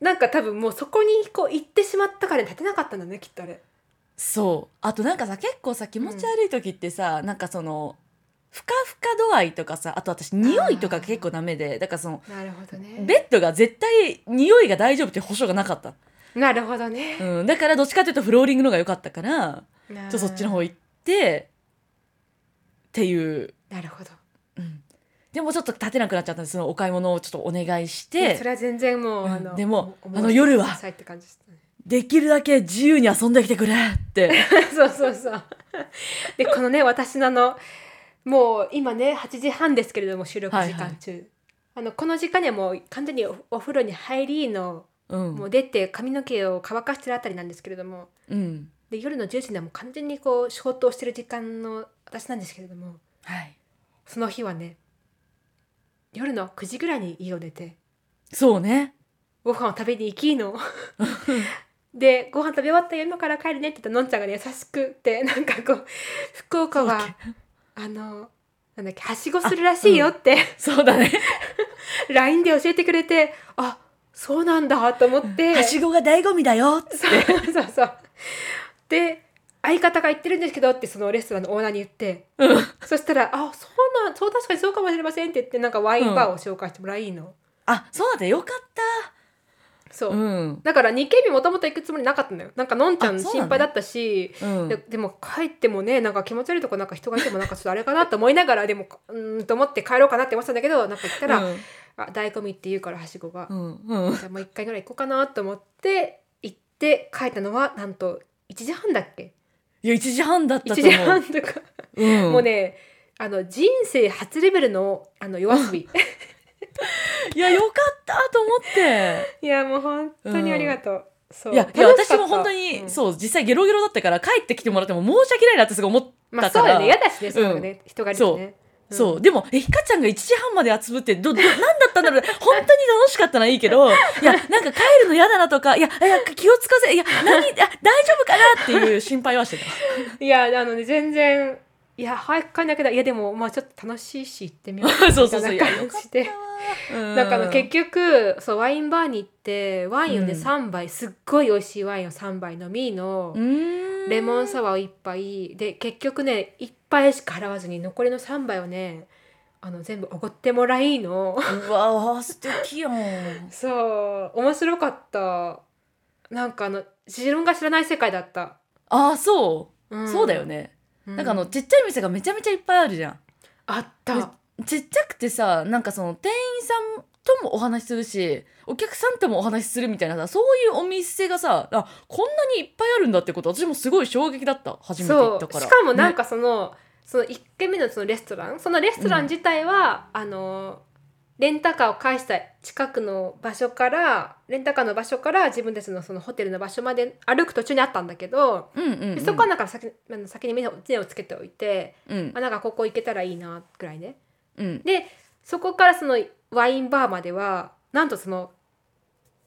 B: なんか多分もうそこにこう行ってしまったから立てなかったんだねきっとあれ
A: そうあとなんかさ結構さ気持ち悪い時ってさ、なんかそのふかふか度合いとかさあと私匂いとか結構ダメでだからその
B: なるほどね
A: ベッドが絶対匂いが大丈夫っていう保証がなかった、
B: なるほどね、
A: うん、だからどっちかというとフローリングの方が良かったから
B: な
A: ちょ
B: あ
A: っとそっちの方行ってっていう、
B: なるほど
A: うん、でもちょっと立てなくなっちゃったんですそのお買い物をちょっとお願いし
B: いやそ
A: て
B: れは全然もう、
A: うん
B: あの
A: でも
B: おお申し
A: あの夜は
B: くださいって感じですね
A: できるだけ自由に遊んできてくれって。
B: *laughs* そうそうそうでこのね私のあのもう今ね8時半ですけれども収録時間中、あのこの時間にはもう完全におお風呂に入りの
A: うん
B: もう出て髪の毛を乾かしてるあたりなんですけれども
A: うん
B: で夜の10時にはもう完全にこう消灯してる時間の私なんですけれども
A: はい、
B: その日はね夜の9時ぐらいに家を出て
A: そうね。
B: ご飯を食べに行
A: *laughs*
B: きのでご飯食べ終わったよ今から帰るねって言ったのんちゃんがね優しくってなんかこう福岡はあのなんだっけはしごするらしいよって、
A: そうだね。
B: LINE で教えてくれてあそうなんだと思って
A: はしごが醍醐味だよっつって。
B: そうそうそうで相方が言ってるんですけどってそのレストランのオーナーに言って、
A: うん
B: そしたら「あそうなんそう確かにそうかもしれません」って言ってなんかワインバーを紹介してもらいいの、
A: あ、そうだね。よかっ
B: そ
A: た。
B: う、
A: うん。
B: だから2軒目もともと行くつもりなかったのよなんかのんちゃん
A: あそうなの
B: 心配だったし
A: うん
B: で。でも帰ってもねなんか気持ち悪いとこなんか人がいてもなんかちょっとあれかなと思い
A: *laughs*
B: ながらでもうーんと思って帰ろうかなって思ってたんだけどなんか行ったら
A: う
B: 「
A: ん
B: あ醍醐味って言うからはしごが、
A: うんうん。
B: じゃあもう1回ぐらい行こうかな」と思って行って帰ったのはなんと1時半だっけ
A: いや一時半だった
B: 1
A: と
B: 時
A: 思う
B: 半。とか、
A: うん
B: もう。ねあの人生初レベルのあの夜遊び
A: いやよかったと思って。
B: いやもう本当にありがとう、そう
A: いやいや私も本当に、
B: うん
A: そう実際ゲロゲロだったから帰ってきてもらっても申し訳ないなってすごい思って。
B: まあ
A: だ
B: そ
A: か
B: う
A: ら
B: だよね嫌だしねそのね、人がいるとね
A: そうでもえひかちゃんが1時半まで集ぶってどど何だったんだろう本当に楽しかったないいけどいやなんか帰るの嫌だなとかいやいや気をつかせいや何あ大丈夫かなっていう心配はしてた。
B: いやあのね全然いや早く帰んなきゃだいやでもまあちょっと楽しいし行ってみよう *laughs*
A: そうそうそう
B: み
A: い
B: た
A: や
B: いな
A: よか
B: 感
A: っ
B: じ
A: た
B: で
A: わ。
B: なんかあ
A: う
B: の
A: ん
B: 結局そうワインバーに行ってワインをね、
A: うん
B: 3杯すっごい美味しいワインを3杯飲みの
A: うーん
B: レモンサワーを1杯で結局ね1杯しか払わずに残りの3杯をねあの全部おごってもらいの
A: うわあ素敵やん。
B: そう面白かったなんかあの自分が知らない世界だった、
A: ああそう、
B: ん
A: そうだよ、ね。
B: う
A: なんかあのちっちゃい店がめちゃめちゃいっぱいあるじゃん。
B: あった
A: めちっちゃくてさなんかその店員さんともお話しするしお客さんともお話しするみたいなさそういうお店がさあこんなにいっぱいあるんだってこと私もすごい衝撃だった初めて行
B: そ
A: った
B: う
A: から
B: しかもなん
A: ね
B: かその,、その1軒目のそのレストランそのレストラン自体は、あのレンタカーを返した近くの場所からレンタカーの場所から自分たちのそのホテルの場所まで歩く途中にあったんだけど、
A: うんうんうん、
B: そこはなんか先あの先に目を目をつけておいて、
A: うん
B: あなんかここ行けたらいいなぐらいね
A: うん
B: でそこからそのワインバーまではなんとその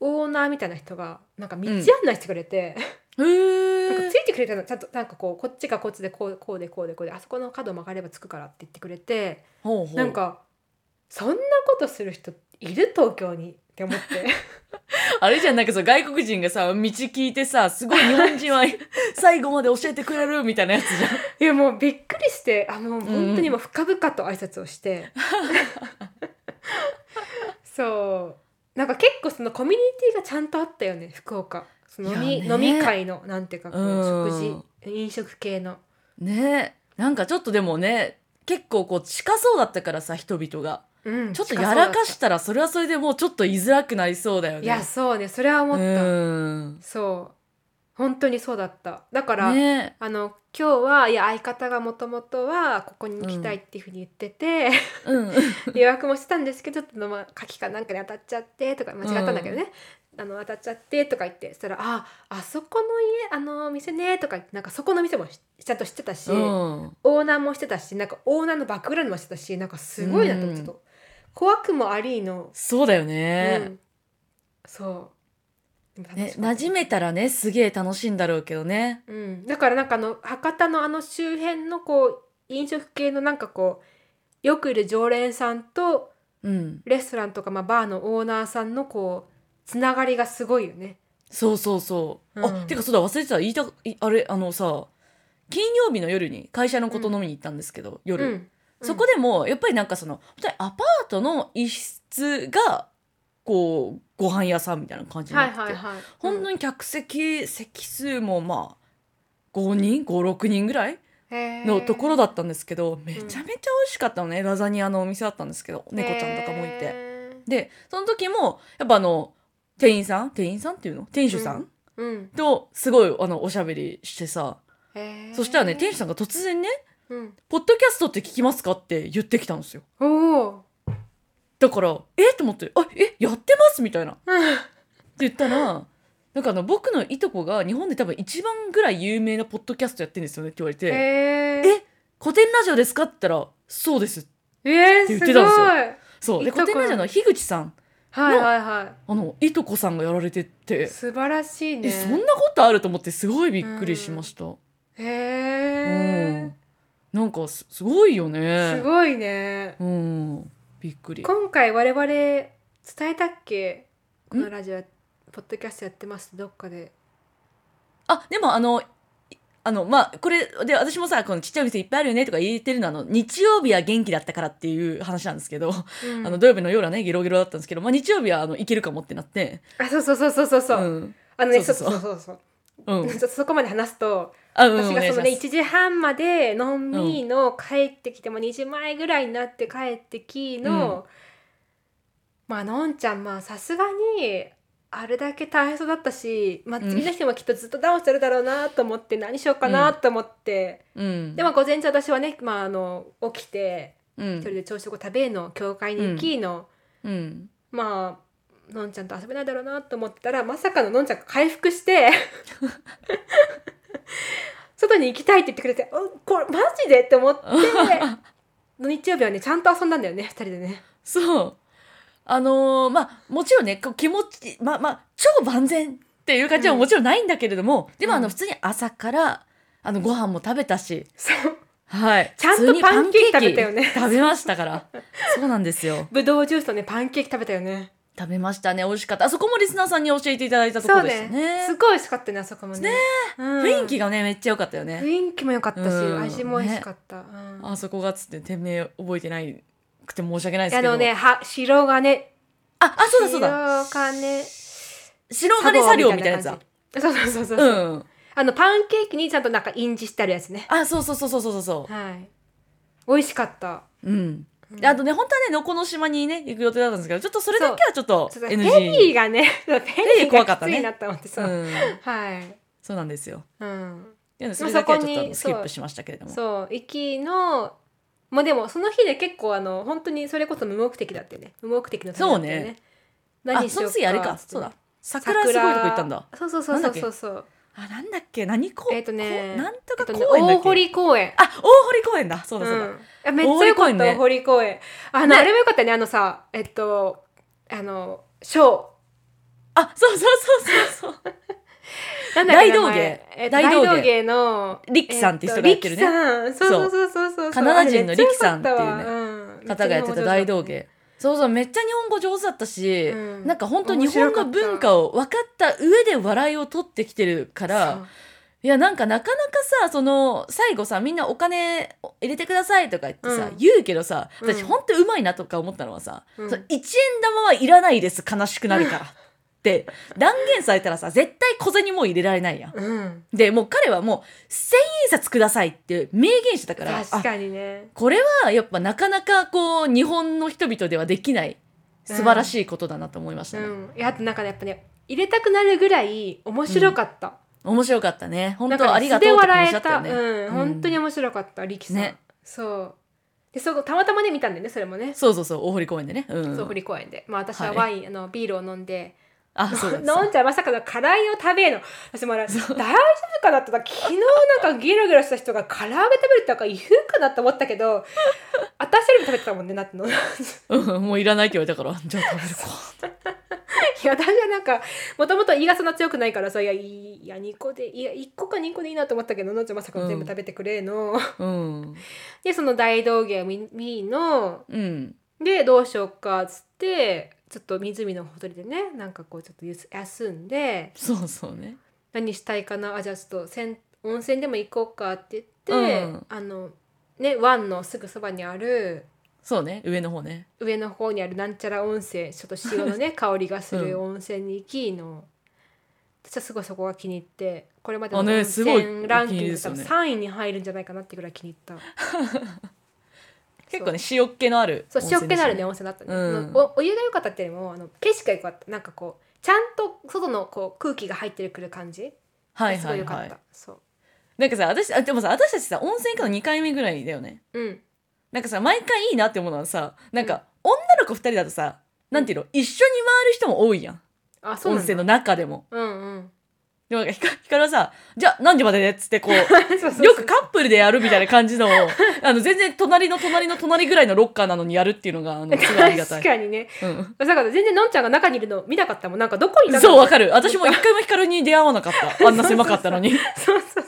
B: オーナーみたいな人がなんか道案内してくれ
A: へ
B: て。なんか
A: ー
B: ついてくれたのちゃんとなんかこうこっちがこっちでこうこうでこうでこうであそこの角を曲がれば着くからって言ってくれて
A: ほうほう
B: なんかそんなことする人いる東京にって思って
A: あれじゃんなんかその外国人がさ道聞いてさすごい日本
B: *laughs*
A: 人は最後まで教えてくれるみたいなやつじゃん
B: いやもうびっくりしてあもう本当にもう深々と挨拶をして、 *laughs* そうなんか結構そのコミュニティがちゃんとあったよね福岡その飲
A: い
B: み,、
A: や
B: 飲
A: ね
B: み会のなんていうかこう
A: うん
B: 食事飲食系の
A: ねなんかちょっとでもね結構こう近そうだったからさ人々が
B: うん
A: ちょっとやらか
B: 近そうだっ
A: したらそれはそれでもうちょっと居づらくなりそうだよ
B: た
A: ね
B: いやそうねそれは思
A: う
B: った、
A: ん
B: そう本当にそうだっただから、
A: ね
B: あの今日はいや相方がもともとはここに行きたいっていうふうに言ってて、
A: うん
B: *laughs* 予約もしてたんですけどちょっとまあ牡蠣かなんかに当たっちゃってとか間違ったんだけどね、あの当たっちゃってとか言ってそしたら「ああそこの家あの店ね」とか言ってなんかそこの店もしちゃんと知ってたし、
A: うん
B: オーナーもしてたしなんかオーナーのバックグラウンドもしてたしなんかすごいなと思って
A: うん
B: ちょっと怖くもありの、
A: そうだよ
B: う
A: ね,、
B: んそうでも楽
A: ね
B: しかった
A: 馴染めたらねすげえ楽しいんだろうけどね
B: うん、だからなんかあの博多のあの周辺のこう飲食系のなんかこうよくいる常連さんと
A: うん
B: レストランとか、まあ、バーのオーナーさんのこうつながりがすごいよね。
A: そうそうそう、
B: う
A: あ
B: ん
A: てかそうだ忘れてた言いたいあれあのさ金曜日の夜に会社のこと飲みに行ったんですけど、夜、
B: うんうん
A: そこでもやっぱりなんかその本当にアパートの一室がこうご飯屋さんみたいな感じにな
B: は
A: っ
B: い
A: てて、
B: はいはい。
A: 本当に客席、席数もまあ5人56人ぐらいのところ
B: だ
A: だったんですけどめちゃめちゃ美味しかったのね、ラザニアのお店だったんですけど猫ちゃんとかもいて。でその時もやっぱあの店員さん店員さんっていうの店主さん、
B: うん。
A: とすごいあのおしゃべりしてさ、
B: へー
A: そしたらね店主さんが突然ね
B: うん。
A: 「ポッドキャストって聞きますか?」って言ってきたんですよ
B: おお。
A: だから「えっ?」と思って「あえやってます」みたいなって
B: うん
A: 言ったらなんかあの僕のいとこが日本で多分一番ぐらい有名なポッドキャストやってるんですよねって言われて「
B: へー
A: え古典ラジオですか?」って言ったら「そうです
B: え
A: って言っ
B: ー、す
A: て
B: ご
A: た
B: い。
A: んですよ
B: はい」
A: そうで
B: いとこ
A: 古典ラジオの樋口さん
B: はいは
A: あのいとこさんがやられてって
B: い。、素晴らしいね。
A: えそんなことあると思ってすごいびっくりしました。う
B: へえ
A: ん、なんかすすごいよ
B: ー。
A: ね
B: すごいね。
A: うんびっくり
B: 今回我々伝えたっけこのラジオポッドキャストやってますどっかで。
A: あでもあのいあのまあこれで私もさこのちっちゃいお店いっぱいあるよねとか言ってるのはあの日曜日は元気だったからっていう話なんですけど、
B: うん
A: あの土曜日の夜はねゲロゲロだったんですけど、まあ、日曜日はあのいけるかもってなって
B: あそうそうそうそうそうそう。
A: うん
B: あのねそ
A: そうう
B: そ
A: そうう
B: そ
A: そう
B: そうそう。
A: うん
B: *laughs* ちょっとそこまで話すと、
A: あうん
B: 私が
A: お願い
B: そ
A: しま
B: のね
A: す
B: 1時半までのんみの帰ってきても2時前ぐらいになって帰ってきの、まあのんちゃんまあさすがにあれだけ大変そうだったし、まあ、
A: うん
B: 次の日もきっとずっとダウンしてるだろうなと思って何しようかなと思って、
A: うん
B: でも午前中私はね、まあ、あの起きて
A: う
B: 一人
A: ん
B: で朝食を食べの教会に行きの、
A: うん
B: まあのんちゃんと遊べないだろうなと思ったらまさかののんちゃんが回復して外に行きたいって言ってくれて「おこれマジで?」って思っての日曜日はねちゃんと遊んだんだよね2人でね。
A: そうあのーまあもちろんねこう気持ちまあまあ超万全っていう感じはもちろんないんだけれども、でもあ
B: うん
A: の普通に朝からあのご飯も食べたし
B: そう
A: はい。
B: ちゃんと
A: 普通に
B: パンケーキ食べたよね
A: 食べましたから。そうなんですよ。
B: ぶどうジュースとねパンケーキ食べたよね。
A: 食べましたね。美味しかった。あそこもリスナーさんに教えていただいたとこ
B: そう
A: ろでした
B: ね
A: ね。
B: すごい美味しかったねあそこもね。うん
A: 雰囲気がね、めっちゃ良かったよね。
B: 雰囲気も良かったし、
A: うん
B: 味も美味しかった。うん
A: あそこがっつって店名覚えてないくて申し訳ないです
B: あ
A: けど。
B: のねは白がね
A: あ、あ、そうだそうだ。
B: 白金
A: 白金作業みたいなやつだ。
B: そうそうそうそう、
A: うん。
B: あのパンケーキにちゃんとなんか印字してあるやつね
A: あ、そうそうそうそうそうそ
B: はい美味しかった
A: う。うん。
B: うん
A: であとね、本当はね、のこの島にね、行く予定だったんですけど、ちょっとそれだけはちょっと
B: ちょっとペ
A: NG
B: リー
A: に。
B: がねペリー
A: 怖か
B: が
A: った
B: きつ
A: ね
B: いなと思ってさ、
A: うん。
B: はい
A: そうなんですよ。
B: うん
A: でそれだけはちょっとあ
B: まあ
A: の
B: そ
A: ス
B: こ
A: キ
B: に
A: ップしましたけれども。
B: そう行きのまあでもその日で結構あの本当にそれこそ無目的だってね無目的の旅だったよ
A: そう
B: ね何
A: あ、
B: し
A: そ
B: よ
A: の
B: うか
A: 次あれか。
B: つって
A: そうだ。桜すごいとこ行ったんだ。
B: そうそうそ
A: な
B: う
A: んだ
B: そう
A: っけ
B: そうそう
A: あ、なんだっけ、何公
B: えっとね
A: こなんと
B: え
A: か
B: っと
A: 公園だ
B: ね
A: っけ、
B: 大堀公園
A: あ、大堀公園だ。そうだそうだ。
B: うん、あめっちゃよかった
A: 大
B: 大堀公園あの、
A: ね
B: あれもよかったねあのさえっとあのショー
A: あ、そうそうそうそうそう。
B: なんだっけ
A: 大道芸
B: 名前えっと大
A: 大
B: 道
A: 道
B: 芸
A: 芸
B: の
A: リッキさんって人がやってるね
B: えとリキさんそうそうそうそうそう
A: カナダ人のリキさんっていうね
B: あれめちゃよかわうん
A: 方がやってた大道芸。そうそう、めっちゃ日本語上手だったし、
B: うん
A: なんか本当日本の文化を分かった上で笑いを取ってきてるか
B: そう
A: ら、いや、なんかなかなかさ、その、最後さ、みんなお金を入れてくださいとか言ってさ、
B: うん
A: 言うけどさ、
B: う
A: 私
B: ん
A: 本当うまいなとか思ったのはさ、
B: うん
A: その1円玉はいらないです、悲しくなるから。って断言されたらさ、絶対小銭もう入れられないやん。
B: うん
A: でもう彼はもう千円札くださいって明言してたから
B: 確
A: あ
B: かにね
A: これはやっぱなかなかこう日本の人々ではできない素晴らしいことだなと思いまし
B: う
A: たね、
B: んいやあとなんかねやっぱね入れたくなるぐらい面白かった、
A: 面白かったね本
B: なん
A: 当
B: か
A: ありがとう
B: 素
A: って気
B: で
A: 持
B: 笑
A: ちだ
B: え
A: った
B: た、
A: よね、
B: うん、
A: ん
B: 本当に面白かった力さん、
A: ね
B: そうでそこたまたまね見たんだよねそれもね、
A: そうそうそう大堀公園でね、うん、
B: そう堀公園でまあ私は
A: はい
B: ワイン、あのビールを飲んで
A: あ
B: *laughs*
A: そうだ
B: 飲んじゃまさかの唐揚げを食べえの私もあれ大丈夫かなって昨日なんかゲラゲラした人が唐揚げ食べるってなんか言うかなと思ったけど私よりも食べてたもんねなっての *laughs* い
A: うんもういらないって言われたから *laughs* じゃあ食べるか
B: や私はなんかもともと胃がそんな強くないからさいやいいいや2個でいや1個か2個でいいなと思ったけどのんちゃんまさかの全部食べてくれの、
A: うん
B: でその大道芸を見見の
A: うん
B: でどうしようかっつってちょっと湖のほとりでねなんかこうちょっとゆす休んで
A: そうそうね
B: 何したいかなあじゃあちょっとせん温泉でも行こうかって言って、
A: うん
B: あのね湾のすぐそばにある
A: そうね上の方ね
B: 上の方にあるなんちゃら温泉ちょっと
A: *laughs*
B: 塩のね香りがする温泉に行きの、私はすごいそこが気に入ってこれまでの
A: あ
B: 温
A: ねすごい
B: 泉ランキングで多
A: お気に入り
B: 分
A: です
B: 3位に入るんじゃないかなってぐらい気に入った。
A: 結構ね塩っ気のある
B: そう塩っ気のあるね
A: 温
B: 温泉だったね、
A: うん
B: おお湯が良かったっていうよりもあの景色が良かったなんかこうちゃんと外のこう空気が入ってくる感じ
A: 泉で
B: が
A: し
B: す
A: た
B: ごい
A: ね
B: 良か
A: は
B: っ
A: い
B: た、
A: はいはい
B: そ
A: なんかさ私あでもさ私たちさ温泉行くの2回目ぐらいだよね
B: ううん
A: なんかさ毎回いいなって思うのはさなんか、女の子2人だとさなんていうの、一緒に回る人も多いやん
B: あそう
A: 温
B: なんだ
A: 泉の中でも
B: うんうん
A: でもなんかひかひかるはさ「じゃあ何時までね」っつってこう
B: *laughs* そうそうそう
A: よ *laughs* くカップルでやるみたいな感じ
B: *laughs*
A: のをあの全然隣の隣の隣ぐらいのロッカーなのにやるっていうのがあ
B: *laughs*
A: のすごいありがた
B: 確
A: い。
B: かにね
A: うん
B: だから全然のんちゃんが中にいるの見なかったもんなんかどこにいたの
A: そうわかる私も一回もヒカルに出会わなかったあんな狭かったのに
B: *laughs* そうそうそう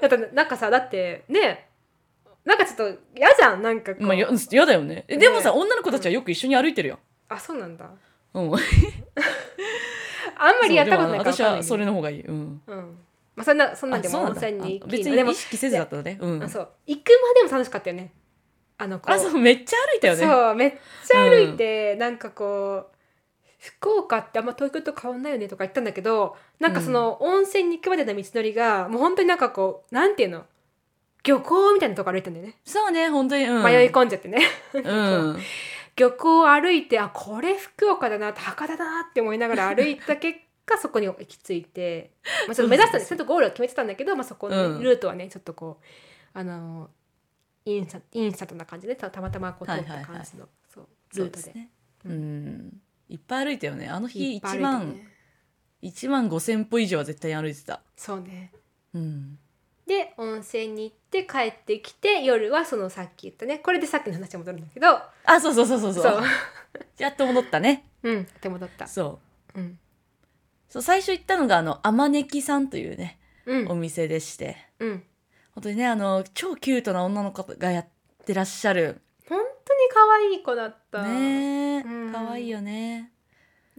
B: だってなんかさだってねなんかちょっと嫌じゃんなんかこう、
A: まあややだよねえでもさ女の子たちはよく一緒に歩いてるよ、
B: あそうなんだ
A: うん、
B: あんまりやったことないから分
A: 私
B: かんない
A: は
B: けど
A: それの方がいい、うん、
B: うんまあそんなそんなんで
A: あ
B: も
A: そう
B: 温
A: なんだ
B: 泉に行
A: あ
B: き
A: 別
B: で
A: に
B: も
A: 意識せずだったのねうん
B: あそう行くまでも楽しかったよねあのこう
A: あそうめっちゃ歩いたよね
B: そうめっちゃ歩いて、なんかこう福岡ってあんま東京と変わんないよねとか言ったんだけどなんかその温泉に行くまでの道のりが、もう本当になんかこうなんていうの漁港みたいなとこ歩いたんだよね、
A: そうね本当に、うん、
B: 迷い込んじゃってね *laughs*
A: うん
B: 漁港を歩いてあこれ福岡だな博多だなって思いながら歩いた結果そこに行き着いて、まあ、ちょっと目指したんですちょっとゴールは決めてたんだけど、まあ、そこのね、
A: うん
B: ルートはねちょっとこうあのインスタインスタントな感じでたたまたまこう通った
A: はいはいはい
B: 感じの、そう
A: そ
B: ル
A: う
B: ー
A: で
B: ト
A: す
B: で。
A: ねうんいっぱい歩いたよねあの日
B: いっぱい歩
A: 1
B: いてね
A: 万、1万5千歩以上は絶対に歩いてた
B: そうね
A: うん
B: で温泉に行って帰ってきて夜はそのさっき言ったねこれでさっきの話に戻るんだけど
A: あそうそうそうそう
B: そ
A: そううやっと戻った
B: *laughs*
A: ね
B: うんで戻った
A: そう
B: うん
A: そう最初行ったのがあの天ねきさんというね
B: う
A: お
B: ん
A: 店でして
B: うん
A: 本当にねあの超キュートな女の子がやってらっしゃる
B: 本当に可愛い子だった、
A: ね
B: うん
A: 可愛いよね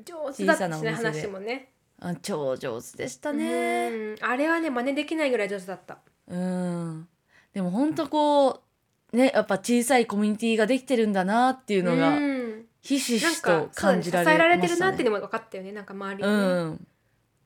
B: 上手だった
A: 小さ
B: しね
A: なお店で
B: 話もね
A: あ超上手でしたね
B: うんあれはね真似できないぐらい上手だった
A: うんでも本当こうねやっぱ小さいコミュニティができてるんだなっていうの
B: う
A: が
B: ん
A: ひし
B: なん
A: ひし
B: か
A: と感じられ
B: そうだね支えられ
A: ま
B: てる
A: し
B: な
A: た
B: って
A: ね
B: いうのも分かったよねなんか周りに
A: う
B: ね、
A: ん、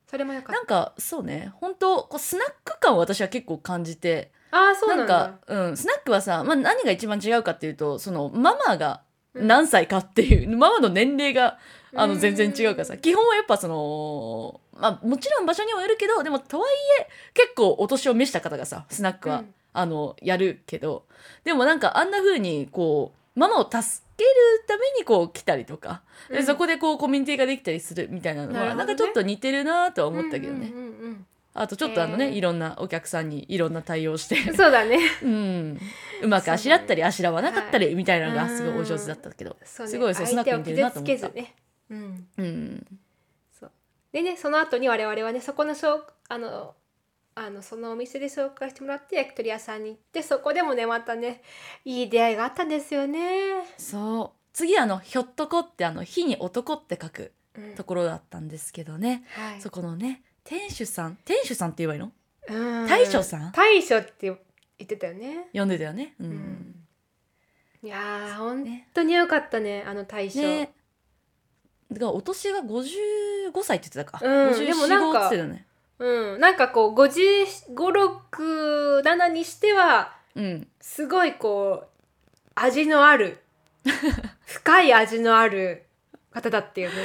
B: それもよかっ
A: なんかそうね本当こうスナック感を私は結構感じて
B: たああーそう
A: な
B: なん
A: ん
B: だ
A: かうん、スナックはさ、まあ、何が一番違うかっていうとそのママが
B: うん
A: 何歳かっていう、ママの年齢があの
B: うん
A: 全然違うからさ基本はやっぱその、まあ、もちろん場所にもよるけどでもとはいえ結構お年を召した方がさスナックは、
B: うん
A: あのやるけどでもなんかあんな風にこうママを助けるためにこう来たりとか、で
B: うん
A: そこでこうコミュニティができたりするみたいなのは
B: なる
A: な,、
B: ほどね
A: んかちょっと似てるなとは思ったけどね、
B: うんうんうん
A: あとちょっとあのね、
B: へー
A: いろんなお客さんにいろんな対応
B: *laughs*
A: して
B: うんそうだね
A: うん、うまくあしらったりあしらわなかったりみたいなのが
B: はい
A: すごいお上手だったけど、
B: そうね
A: すごいそうスナッ
B: 相
A: ク
B: 手
A: に
B: を
A: 似てるなと
B: 傷つ
A: 思
B: け
A: った
B: ずね、うん、
A: うん、
B: そうでねその後に我々はねそこのしょうあのあのそのお店で紹介してもらって焼き鳥屋さんに行ってそこでもねまたねいい出会いがあったんですよね、
A: そう次あの「ひょっとこ」ってあの「火に男」って書く
B: うん
A: ところだったんですけどね、
B: はい
A: そこのね店主さん店主さんって言えばいいの
B: うん
A: 大将さん
B: 大将って言ってたよね
A: 呼んでたよね。うん
B: うんいやー本
A: ね
B: 当に良かったねあの大将、
A: ねだからお年が55歳って言ってたか、
B: うん
A: 55
B: でもなんか
A: って言ってたよね
B: うんなんかこう556にしては
A: うん
B: すごいこう味のあ
A: *laughs*
B: る深い味のある方だっていうね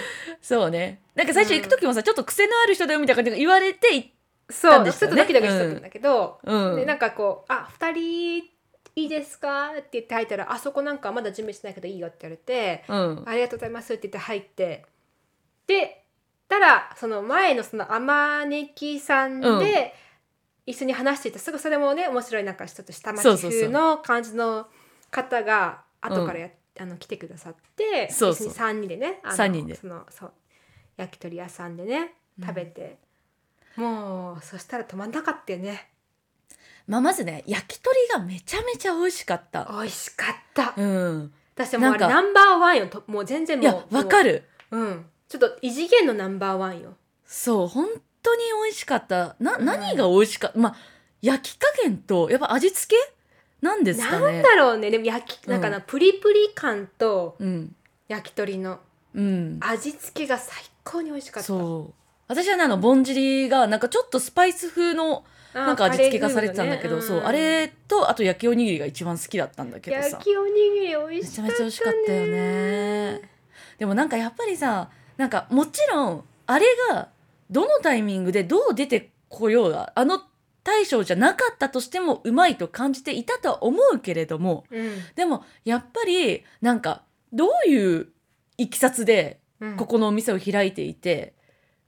A: そうねなんか最初行く時もさ、ちょっと癖のある人だよみたいな感じで言われて行っ
B: そう
A: なんでし
B: ち
A: た
B: ょっ
A: よね
B: とドキドキしてたんだけど、
A: うん
B: でなんかこう「あ二人いいですか?」って言って入ったら「あそこなんかまだ準備してないけどいいよ」って言われて
A: うん
B: 「ありがとうございます」って言って入ってでたらその前のその天ねきさん
A: うん
B: で一緒に話していたすぐそれもね面白いなんかちょっと下町
A: そうそうそう
B: 風の感じの方が後からや、あの来てくださって
A: そうそう
B: 一緒に3人でねあの
A: 三人で
B: そのそう焼き鳥屋さんでね食べて、もうそしたら止まんなかったよね
A: まあ、まずね焼き鳥がめちゃめちゃ美味しかった。
B: 美味しかった
A: うん
B: 私もうあれ
A: なんか
B: ナンバーワンよともう全然も
A: いうやわか
B: る
A: る
B: うんちょっと異次元のナンバーワンよ
A: そう本当に美味しかったな
B: うん
A: 何が美味しか、まあ焼き加減とやっぱ味付けなんですか
B: なん
A: ね
B: だろうねでも焼きなんかな、プリプリ感と
A: うん
B: 焼き鳥の
A: うん
B: 味付けが最高に美味しかった
A: そう私はねあのぼんじりがなんかちょっとスパイス風の
B: あー
A: なんか味付けがされてたんだけど、
B: カレー
A: そう
B: 風味のね
A: あれとあと焼きおにぎりが一番好きだったんだけどさ
B: 焼きおにぎり美味
A: め
B: し
A: ち
B: か
A: ゃ
B: っ
A: めちゃ美味しか
B: た
A: ったよねでもなんかやっぱりさなんかもちろんあれがどのタイミングでどう出てこようがあの大将じゃなかったとしてもうまいと感じていたとは思うけれどもでもやっぱりなんかどういういきさつで
B: うんうん
A: ここのお店を開いていて、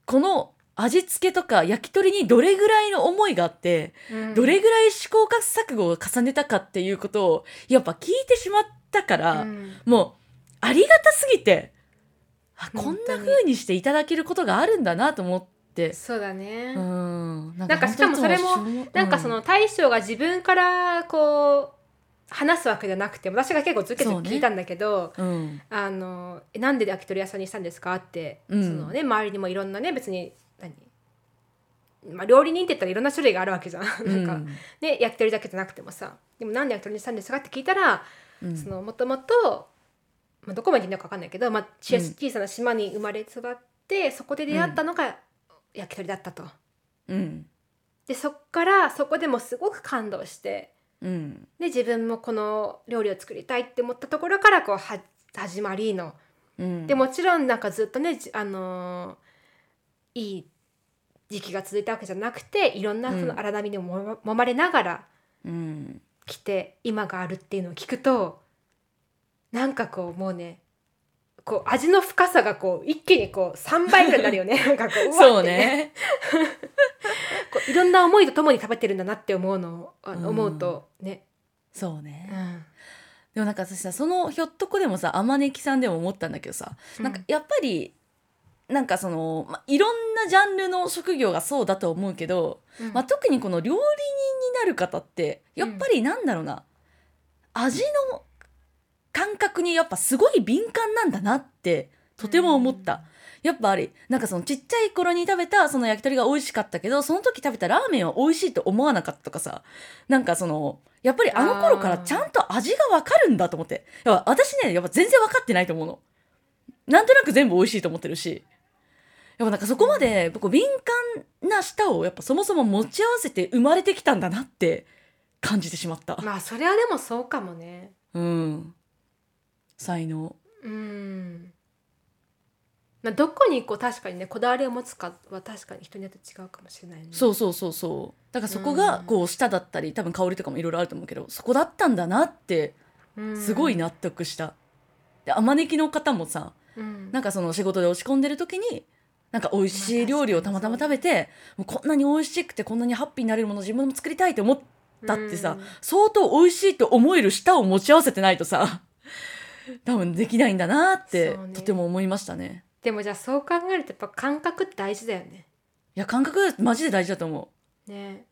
A: この味付けとか焼き鳥にどれぐらいの思いがあって、
B: うん
A: どれぐらい試行錯誤を重ねたかっていうことをやっぱ聞いてしまったから、
B: うん
A: もうありがたすぎてあこん
B: 本当
A: な
B: に
A: 風にしていただけることがあるんだなと思って
B: そうだね、
A: うんなん
B: なんかしかもそれも
A: 本当にいつ
B: なんかその大将が自分からこう話すわけじゃなくて私が結構ずけずけ
A: そうね
B: 聞いたんだけど、
A: うん
B: あのえなんで焼き鳥屋さんにしたんですかって、
A: うん
B: そのね、周りにもいろんなね別に何、まあ、料理人って言ったらいろんな種類があるわけじゃん *laughs* なんか、ね、焼き鳥だけじゃなくてもさでもなんで焼き鳥にしたんですかって聞いたら
A: うんうん
B: そのもともと、まあ、どこまでいいのか分かんないけど、まあ、小
A: うん
B: 小さな島に生まれ育ってそこで出会ったのが焼き鳥だったと。
A: うん
B: でそっからそこでもすごく感動して
A: うん
B: で自分もこの料理を作りたいって思ったところからこうは始まりの。
A: うん
B: でもちろんなんかずっとねじあのーいい時期が続いたわけじゃなくていろんな
A: うん
B: その荒波にもも揉まれながら
A: うん
B: 来て今があるっていうのを聞くとなんかこうもうねこう味の深さがこう一気にこう3倍ぐらいになる
A: *laughs*
B: よねなんかこううわ
A: そう
B: って
A: ね
B: こういろんな思いとともに食べてるんだなって思うのをあの思うとね、
A: そうね
B: うん
A: でもなんか私さそのひょっとこでもさあまねきさんでも思ったんだけどさ、なんかやっぱりなんかその、まあ、いろんなジャンルの職業がそうだと思うけど、
B: うん
A: まあ、特にこの料理人になる方ってやっぱりなんだろうな、味の感覚にやっぱすごい敏感なんだなってとても思った、やっぱあれなんかそのちっちゃい頃に食べたその焼き鳥が美味しかったけどその時食べたラーメンは美味しいと思わなかったとかさなんかそのやっぱりあの頃からちゃんと味がわかるんだと思ってやっぱ私ねやっぱ全然分かってないと思うのなんとなく全部美味しいと思ってるしやっぱなんかそこまでこう敏感な舌をやっぱそもそも持ち合わせて生まれてきたんだなって感じてしまった、
B: まあそれはでもそうかもね
A: うん才能
B: うんまあ、どこにこう確かにねこだわりを持つかは確かに人によって違うかもしれないね。
A: そうそうそうそうだからそこがこう舌だったり多分香りとかもいろいろあると思うけどそこだったんだなって
B: うん
A: すごい、納得したであまねきの方もさ
B: うん、
A: なんかその仕事で落ち込んでる時になんか美味しい料理をたまたま食べてもうこんなに美味しくてこんなにハッピーになれるもの自分も作りたいって思ったってさ、
B: うん
A: 相当美味しいと思える舌を持ち合わせてないとさ *laughs* 多分できないんだなって、
B: そうね
A: とても思いましたね
B: でもじゃあそう考えるとやっぱ感覚って大事だよね。
A: いや感覚マジで大事だと思
B: ね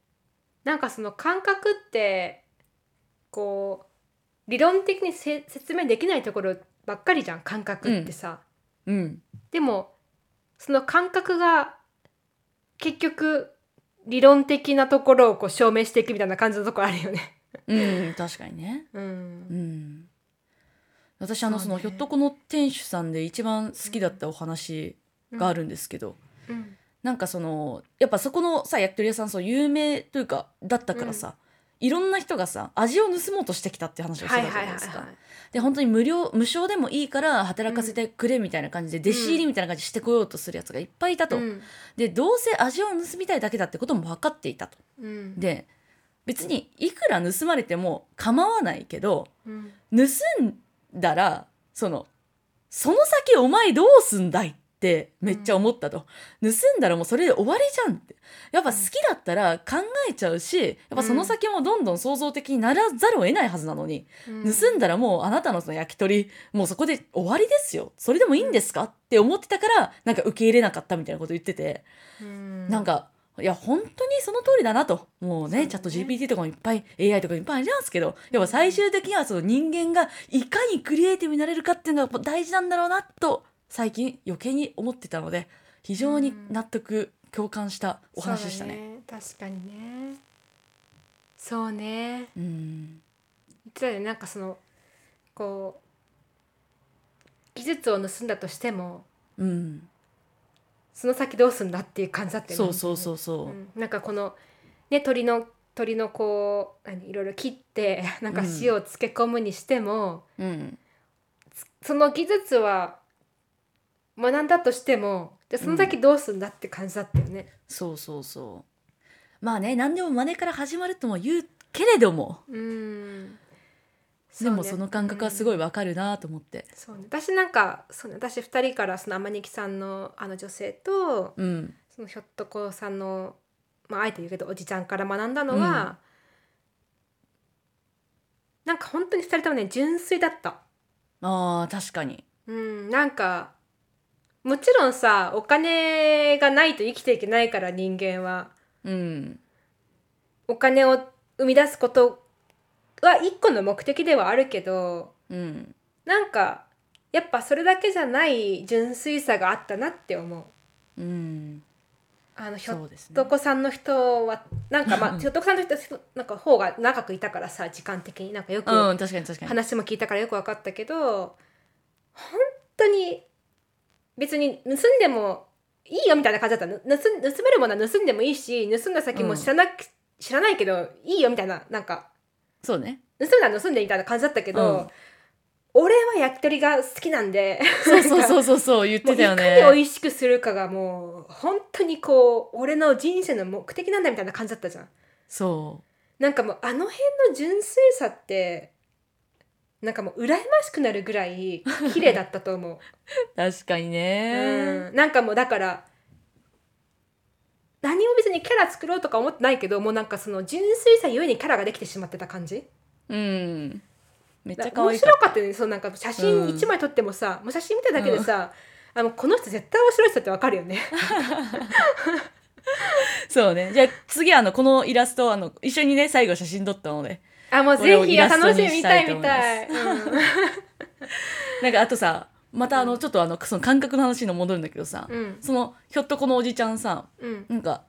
B: なんかその感覚ってこう理論的にせ説明できないところばっかりじゃん感覚ってさ。
A: ううん
B: でもその感覚が結局理論的なところをこう証明していくみたいな感じのところあるよね。
A: うん確かにね
B: うん
A: うん私あの
B: そ
A: そうの
B: ね
A: ひょっとこの店主さんで一番好きだったお話があるんですけど、
B: うん
A: なんかそのやっぱそこのさ焼き鳥屋さんそう有名というかだったからさ、いろんな人がさ味を盗もうとしてきたって話をして
B: はい
A: たじ
B: は
A: ゃ
B: い
A: な
B: はいい
A: ですか
B: は。い。
A: で本当に無料無償でもいいから働かせてくれみたいな感じで、弟子入りみたいな感じしてこようとするやつがいっぱいいたと。
B: うん
A: でどうせ味を盗みたいだけだってことも分かっていたと。
B: うん、
A: で別にいくら盗まれても構わないけど
B: うん、
A: 盗んだらそのその先お前どうすんだいってめっちゃ思ったと、盗んだらもうそれで終わりじゃんってやっぱ好きだったら考えちゃうしやっぱその先もどんどん想像的にならざるを得ないはずなのに、盗んだらもうあなたのその焼き鳥もうそこで終わりですよそれでもいいんですかって思ってたからなんか受け入れなかったみたいなこと言ってて、
B: うん、
A: なんかいや本当にその通りだなともうね
B: そうだね
A: チャット GPT とかもいっぱい AI とかもいっぱいありますけどやっぱ最終的にはその人間がいかにクリエイティブになれるかっていうのが大事なんだろうなと最近余計に思ってたので非常に納得、共感したお話でしたね。
B: そうだね確かにねそうね
A: うん
B: 言ってたよねなんかそのこう技術を盗んだとしても
A: うん
B: その先どうすんだっていう感じだったよ
A: そう
B: ね
A: そうそうそう、
B: うんなんかこのね鳥の鳥のこう何いろいろ切って *laughs* なんか
A: うん
B: 塩を漬け込むにしても、
A: うん
B: その技術は学んだとしてもでその先どうすんだって感じだったよね。
A: そうそうそうまあね何でも真似から始まるとも言うけれども
B: うん、
A: でもその感覚はす
B: い、
A: ごいわかるなと思って
B: うんそうね、私なんかそう、ね、私2人からその天ニさんのあの女性と
A: うん
B: そのひょっとこさんの、まああえて言うけどおじちゃんから学んだのは、なんか本当に2人ともね純粋だった。
A: あー確かに
B: うん、なんかもちろんさお金がないと生きていけないから人間は
A: うん
B: お金を生み出すことは一個の目的ではあるけど
A: うん
B: なんかやっぱそれだけじゃない純粋さがあったなって思う。
A: うん
B: あのひょ
A: そ
B: っ
A: うですね
B: とこさんの人はなんかま
A: う *laughs*
B: あ
A: ん
B: ひょっとこさんの人なんか方が長くいたからさ時間的になんかよく
A: うん確かに確かに
B: 話も聞いたからよく分かったけど本当に別に盗んでもいいよみたいな感じだったの盗ん盗めるものは盗んでもいいし盗んだ先も知らなく、知らないけどいいよみたいななんか
A: そうね
B: 盗んだら盗んでみたいな感じだったけど、俺は焼き鳥が好きなんで
A: そうそうそうそうそう言っ
B: *laughs* もう
A: て
B: い
A: たよ
B: かに
A: ね
B: 美味しくするかがもう本当にこう俺の人生の目的なんだみたいな感じだったじゃん。
A: そ
B: なんかもうあの辺の純粋さってなんかもう羨ましくなるぐらい綺麗だった
A: *laughs*
B: と思う、
A: う確かにね
B: うん、なんかもうだから何も別にキャラ作ろうとか思ってないけどもうなんかその純粋さゆえにキャラができてしまってた感じ
A: うん、めっちゃ可
B: 面
A: 愛か
B: 白
A: っ
B: かったよねそうなんか写真
A: うん
B: 1枚撮ってもさ、もう写真見ただけでさ、あもうこの人絶対面白い人ってわかる
A: *laughs*
B: よね
A: たそうねじゃあ次あのこのイラストあの一緒にね最後写真撮ったので
B: あもう
A: これ
B: ぜ
A: を
B: ひ
A: イラスト
B: 楽
A: に
B: しみ見
A: した
B: た
A: いと
B: い
A: 思
B: 見
A: います
B: たい、
A: なんかあとさまたあ
B: う
A: の
B: ん
A: ちょっとあのその感覚の話に戻るんだけどさ、
B: うんうん
A: そのひょっとこのおじちゃんさ
B: うん
A: なんか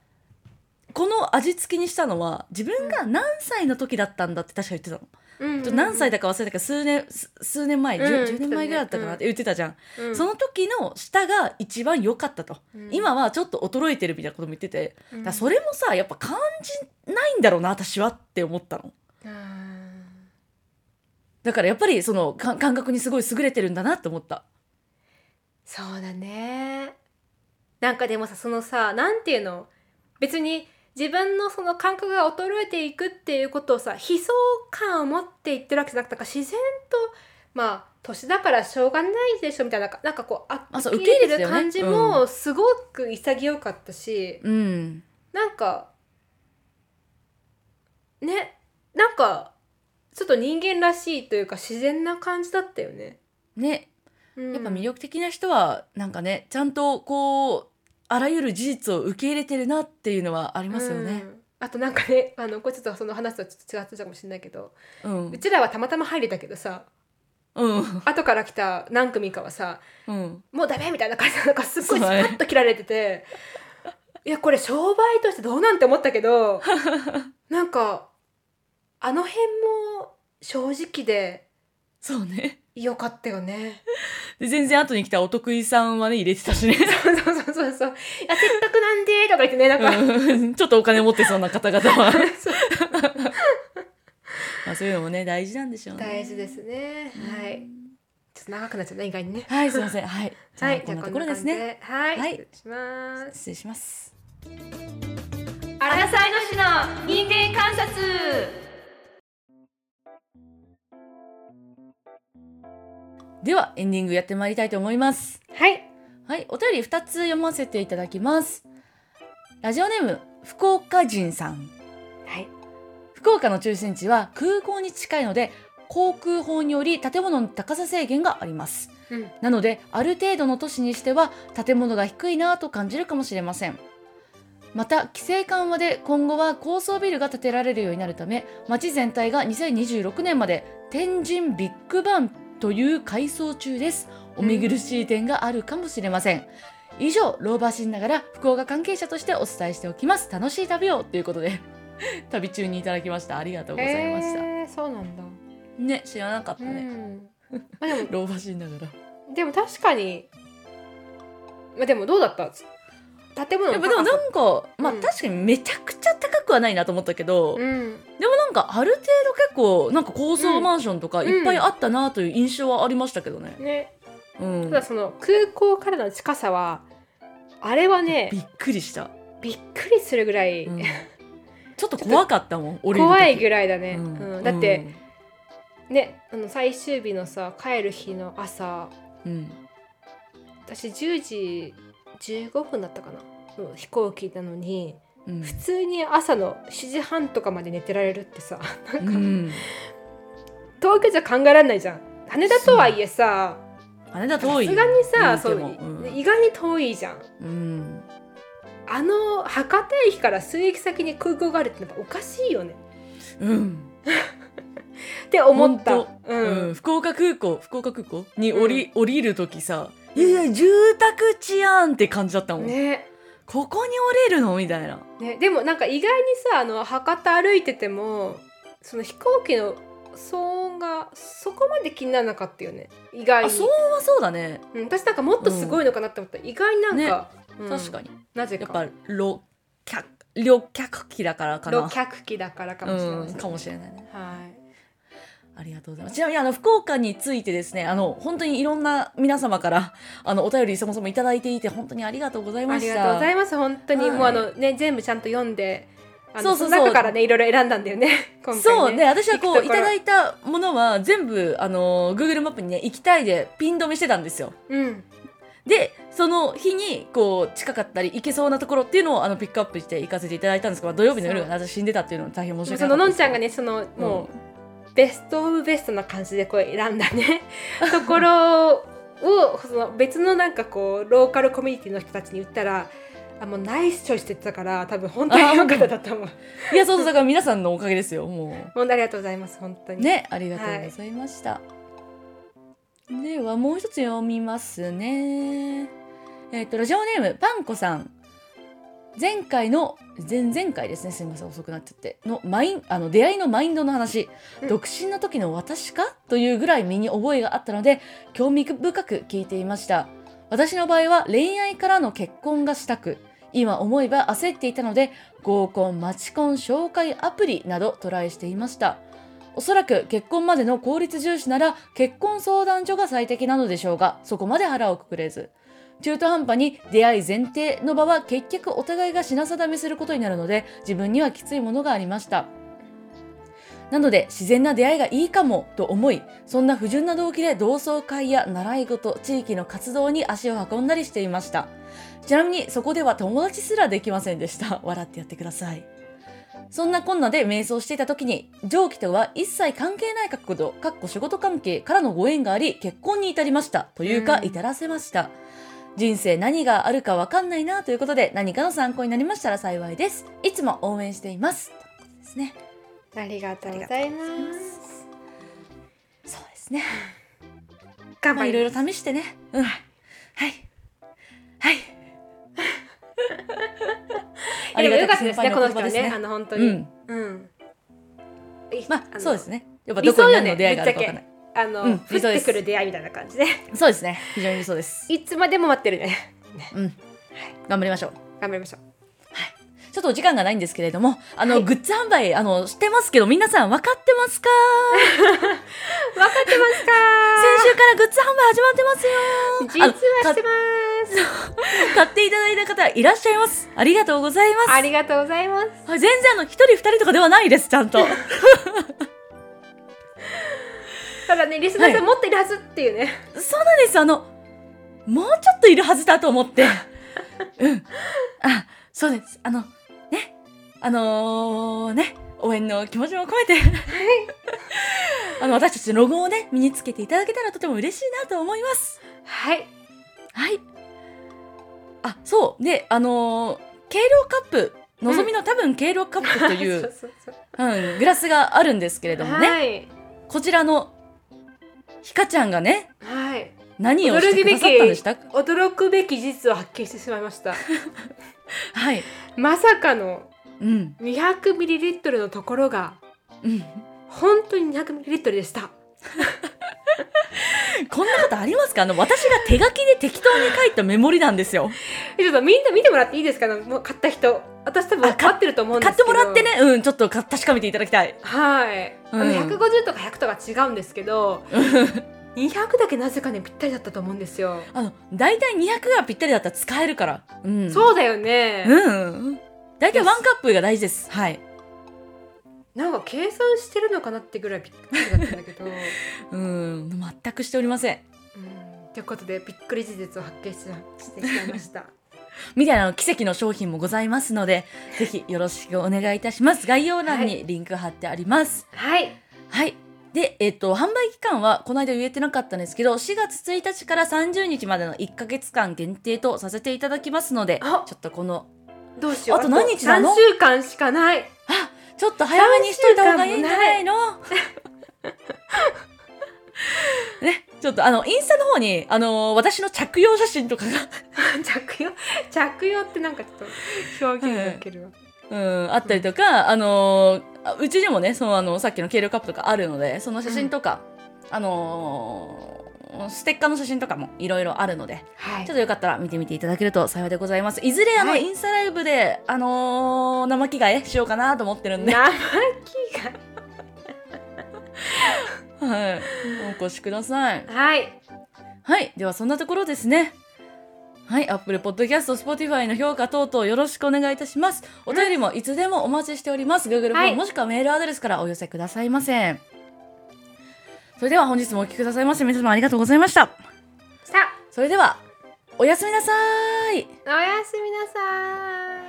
A: この味付けにしたのは自分が何歳の時だったんだって確か言ってたの、
B: うん
A: ちょっと何歳だか忘れたけど数年す数年前 10,、
B: うん
A: 10年前ぐらいだったかなって言ってたじゃん、
B: うん
A: その時の舌が一番良かったと、
B: うん
A: 今はちょっと衰えてるみたいなことも言ってて、
B: うん
A: だからそれもさやっぱ感じないんだろうな私はって思ったの
B: うん
A: だからやっぱりそのか感覚にすごい優れてるんだなって思った
B: そうだねなんかでもさそのさなんていうの別に自分のその感覚が衰えていくっていうことをさ悲壮感を持って言ってるわけじゃなくてなんか自然とまあ年だからしょうがないでしょみたいななんかこうあ
A: あそう
B: 受け入
A: 受け入れ
B: れ
A: てたよね
B: る感じもすごく潔かったし、
A: うん
B: なんかねなんかちょっと人間らしいというか自然な感じだったよね。
A: ね
B: うん
A: やっぱ魅力的な人はなんかねちゃんとこうあらゆる事実を受け入れてるなっていうのはありますよね
B: う。んあとなんかねあのこれちょっとその話とちょっと違ってたかもしれないけど、
A: うん、
B: うちらはたまたま入れたけどさ
A: うん、
B: 後から来た何組かはさ
A: うん、
B: もうダメみたいな感じでなんかすっごいス
A: そ
B: パ
A: うね
B: ッと切られてて、いやこれ商売としてどうなんて思った
A: *laughs*
B: けどなんかあの辺も正直で
A: そうね。
B: よかったよね。
A: *laughs* で全然後に来たお得意さんはね入れてたしね。
B: そうそうそうそうそういやせっかくなんでとか言ってねなんか、
A: うんちょっとお金持ってそうな方々は
B: *laughs* そう
A: まあそういうのもね大事なんでしょうね。
B: 大事ですね。はい。ちょっと長くなっちゃった意外にね。
A: はいすいませんはい。じゃあ
B: はい、
A: こんなところですね。
B: じゃあこんな感じで。はい、
A: はい
B: 失礼します。
A: 失礼します。
C: アラサーの市の人間観察
A: ではエンディングやってまいりたいと思います。
B: はい、
A: はい、お便り2つ読ませていただきます。ラジオネーム、福岡人さん。
B: はい、
A: 福岡の中心地は空港に近いので、航空法により建物の高さ制限があります。
B: うん、
A: なので、ある程度の都市にしては建物が低いなぁと感じるかもしれません。また、規制緩和で今後は高層ビルが建てられるようになるため、街全体が2026年まで天神ビッグバンという改装中です。お見苦しい点があるかもしれません。以上、老婆しながら福岡関係者としてお伝えしておきます。楽しい旅をということで。 *laughs* 旅中にいただきましたありがとうございました、
B: えーそうなんだ。
A: ね知らなかった
B: う
A: ね、
B: ん。 *laughs* まあでも
A: 老婆心ながら
B: でも確かに、まあ、でもどうだった建物
A: や
B: の
A: っぱでも
B: 高さ
A: なんかまあ
B: うん
A: 確かにめちゃくちゃ高くはないなと思ったけど、
B: うん、
A: でもなんかある程度結構なんか高層マンションとか
B: うん
A: いっぱいあったなという印象はありましたけどね、
B: ね、
A: うん
B: ただその空港からの近さはあれはね
A: びっくりした、
B: びっくりするぐらい、
A: うんちょっと怖かったもん俺
B: *laughs* 怖いぐらいだね、
A: う
B: うんんだって、ねあの最終日のさ帰る日の朝
A: うんうん
B: 私10時15分だったかなの飛行機 *laughs* なのに
A: うん
B: 普通に朝の7時半とかまで寝てられるってさなんか、
A: うん
B: 東京じゃ考えられないじゃん羽田とはいえさ
A: 羽田
B: さす
A: 遠
B: が
A: い
B: にさそう、
A: 言うてもうん
B: 意外に遠いじゃん
A: うん
B: あの博多駅から数駅先に空港があるってなんかおかしいよね
A: うん
B: って思った
A: ほんと
B: うん
A: うん、福岡空港福岡空港に降り,、降りる時さ「いやいや住宅地やん」って感じだったもん、
B: ね
A: ここに降りるのみたいな
B: ねでもなんか意外にさあの博多歩いててもその飛行機の騒音がそこまで気にならなかったよね意外
A: あ
B: に
A: そうはそうだね、
B: うん、私なんかもっとすごいのかなって思った、意外になんか、うん
A: 確かに
B: なぜ
A: やっ
B: か
A: ぱ旅客旅客機だからかな
B: 旅客機だからかもしれない、
A: うん、かもしれないね
B: はい
A: ありがとうございますちなみにあの福岡についてですねあの本当にいろんな皆様からあのお便りそもそもいただいていて本当にありがとうござい
B: あ
A: まし
B: り
A: た
B: がとうございます本当に、
A: はい
B: もうあのね全部ちゃんと読んであの
A: そう
B: そ
A: そうそう
B: の中からねいろいろ選んだんだよね今回ね
A: そうね私はこ
B: 行
A: う
B: く
A: い
B: ところ
A: ただいたものは全部あの Google マップにね行きたいでピン止めしてたんですよ
B: うん
A: でその日にこう近かったり行けそうなところっていうのをあのピックアップして行かせていただいたんですけど、まあ土曜日の夜がなぜ死んでたっていうのは大変申し
B: もう
A: 訳
B: そ
A: な
B: の
A: い
B: のんちゃんがねそのもう、ベストオブベストな感じでこう選んだね *laughs* ところをその別のなんかこうローカルコミュニティの人たちに言ったらあもうナイスチョイスって言ってたから多分本当に良かっただと思う
A: いやそうそうだから皆さんのおかげですよもう。
B: 本当ありがとうございます本当に
A: ね、ありがとうございました。ではもう一つ読みますね。えっ、とラジオネームパンコさん。前回の前々回ですね。すみません遅くなっちゃってのマインあの出会いのマインドの話、
B: うん
A: 独身の時の私かというぐらい身に覚えがあったので興味深く聞いていました。私の場合は恋愛からの結婚がしたく。今思えば焦っていたので合コン、マチコン、紹介アプリなどトライしていました。おそらく結婚までの効率重視なら結婚相談所が最適なのでしょうがそこまで腹をくくれず中途半端に出会い前提の場は結局お互いが品定めすることになるので自分にはきついものがありましたなので自然な出会いがいいかもと思いそんな不純な動機で同窓会や習い事地域の活動に足を運んだりしていましたちなみにそこでは友達すらできませんでした *laughs* 笑ってやってくださいそんなこんなで瞑想していた時に上記とは一切関係ない角度かっこ仕事関係からのご縁があり結婚に至りましたというか
B: うん
A: 至らせました、人生何があるかわかんないなということで何かの参考になりましたら幸いですいつも応援していますということですね
B: ありがとうございます
A: そうですね
B: 頑
A: まあ
B: 張
A: いろい
B: り
A: ろ
B: ます
A: 試してねうんはいはい
B: *laughs* いやでも良かったですね
A: 先
B: こ
A: 輩
B: の
A: お
B: 人
A: 言葉
B: はねあの本当
A: う
B: に
A: ん
B: うん、
A: まあ
B: の
A: そうですねやっぱ
B: 理
A: ど
B: 想
A: こに
B: よ
A: 何
B: ね
A: の出会いがあるかわかんない
B: あの、
A: うん
B: 降ってくる出会いみたいな感じで
A: そうですね非常に理想です
B: いつまでも待ってるね
A: うん頑張りましょう
B: 頑張りましょう
A: ちょっとお時間がないんですけれども、あの、グッズ販売、あの、してますけど、皆さん分かってますか
B: 分かってますか
A: 先週からグッズ販売始まってますよ
B: 実は
A: あの
B: してます
A: 買っていただいた方いらっしゃいます。ありがとうございます。
B: ありがとうございます
A: はい全然あの、一人二人とかではないです、ちゃんと。
B: ただねリスナーさん持ってるはずっていうね、
A: そうなんです、あの、もうちょっといるはずだと思って。うん。あ、そうです。あの、ね。あのーね。応援の気持ちも込めて。あの、私たちのロゴをね、身につけていただけたらとても嬉しいなと思います。
B: はい
A: はい。あ、そう。で、あのー、軽量カップ、のぞみの多分軽量カップと
B: *laughs*
A: い
B: そう
A: う、
B: そうそう
A: うん、グラスがあるんですけれどもね、
B: はい
A: こちらのひかちゃんがね、
B: はい
A: 何をしてくださったんでしたか
B: 驚くべき事実を発見してしまいました
A: はい。
B: まさかの
A: うん、
B: 200ml のところが
A: うん、
B: 本当に 200ml でした
A: こんなことありますかあの私が手書きで適当に書いたメモリなんですよ
B: えちょっとみんな見てもらっていいですかねもう買った人私多分
A: あ買
B: 買ってると思うんで
A: 買
B: す
A: っ
B: け
A: て
B: ど
A: もらってねうんちょっとか確かめていただきたい
B: はい、あ
A: う
B: の
A: ん
B: 150とか100とか違うんです
A: *laughs*
B: けど200だけなぜかねぴったりだったと思うんですよ、
A: あの大体200がぴったりだったら使えるからうん
B: そうだよね、
A: うん大体ワンカップが大事ですはい
B: なんか計算してるのかなってぐらいびっくりだったんだ
A: *laughs*
B: けど、
A: う
B: う
A: ん全くしておりません
B: ん、ということでびっくり事実を発見ししてしまい
A: *laughs*
B: ました
A: みたいなの奇跡の商品もございますのでぜひよろしくお願いいたします概要欄
B: は
A: にリンク貼ってあります
B: はい
A: はい。で、えっと、販売期間はこの間言えてなかったんですけど、4月1日から30日までの1ヶ月間限定とさせていただきますので、ち
B: あ
A: ょっとこの、
B: どうしよう
A: あと何日なの
B: 3週間しかない *laughs*
A: あちょっと早めにしといた方がいいんじゃないのね、ちょっとあの、インスタの方に、あの私の着用写真とか
B: 着用着用ってなんかちょっと表現が受けるわ、
A: が、 *laughs* うん、あったりとか、あのあうちにもね、そのあの、さっきの軽量カップとかあるので、その写真とか、あのステッカーの写真とかもいろいろあるので、
B: はい
A: ちょっとよかったら見てみていただけると幸いでございます。いずれあの、
B: はい
A: インスタライブで、あのー生着替えしようかなと思ってるんで、は
B: 生気が
A: い、お越しください。
B: はい
A: はい、ではそんなところですね。はい、Apple Podcast、Spotify の評価等々よろしくお願いいたします。お便りもいつでもお待ちしております。Google フォ
B: は
A: ー
B: い
A: ムもしくはメールアドレスからお寄せくださいませ。それでは本日もお聞きくださいまして皆様ありがとうございました。
B: さ
A: それでは、おやすみなさーい。
B: あおやすみなさーい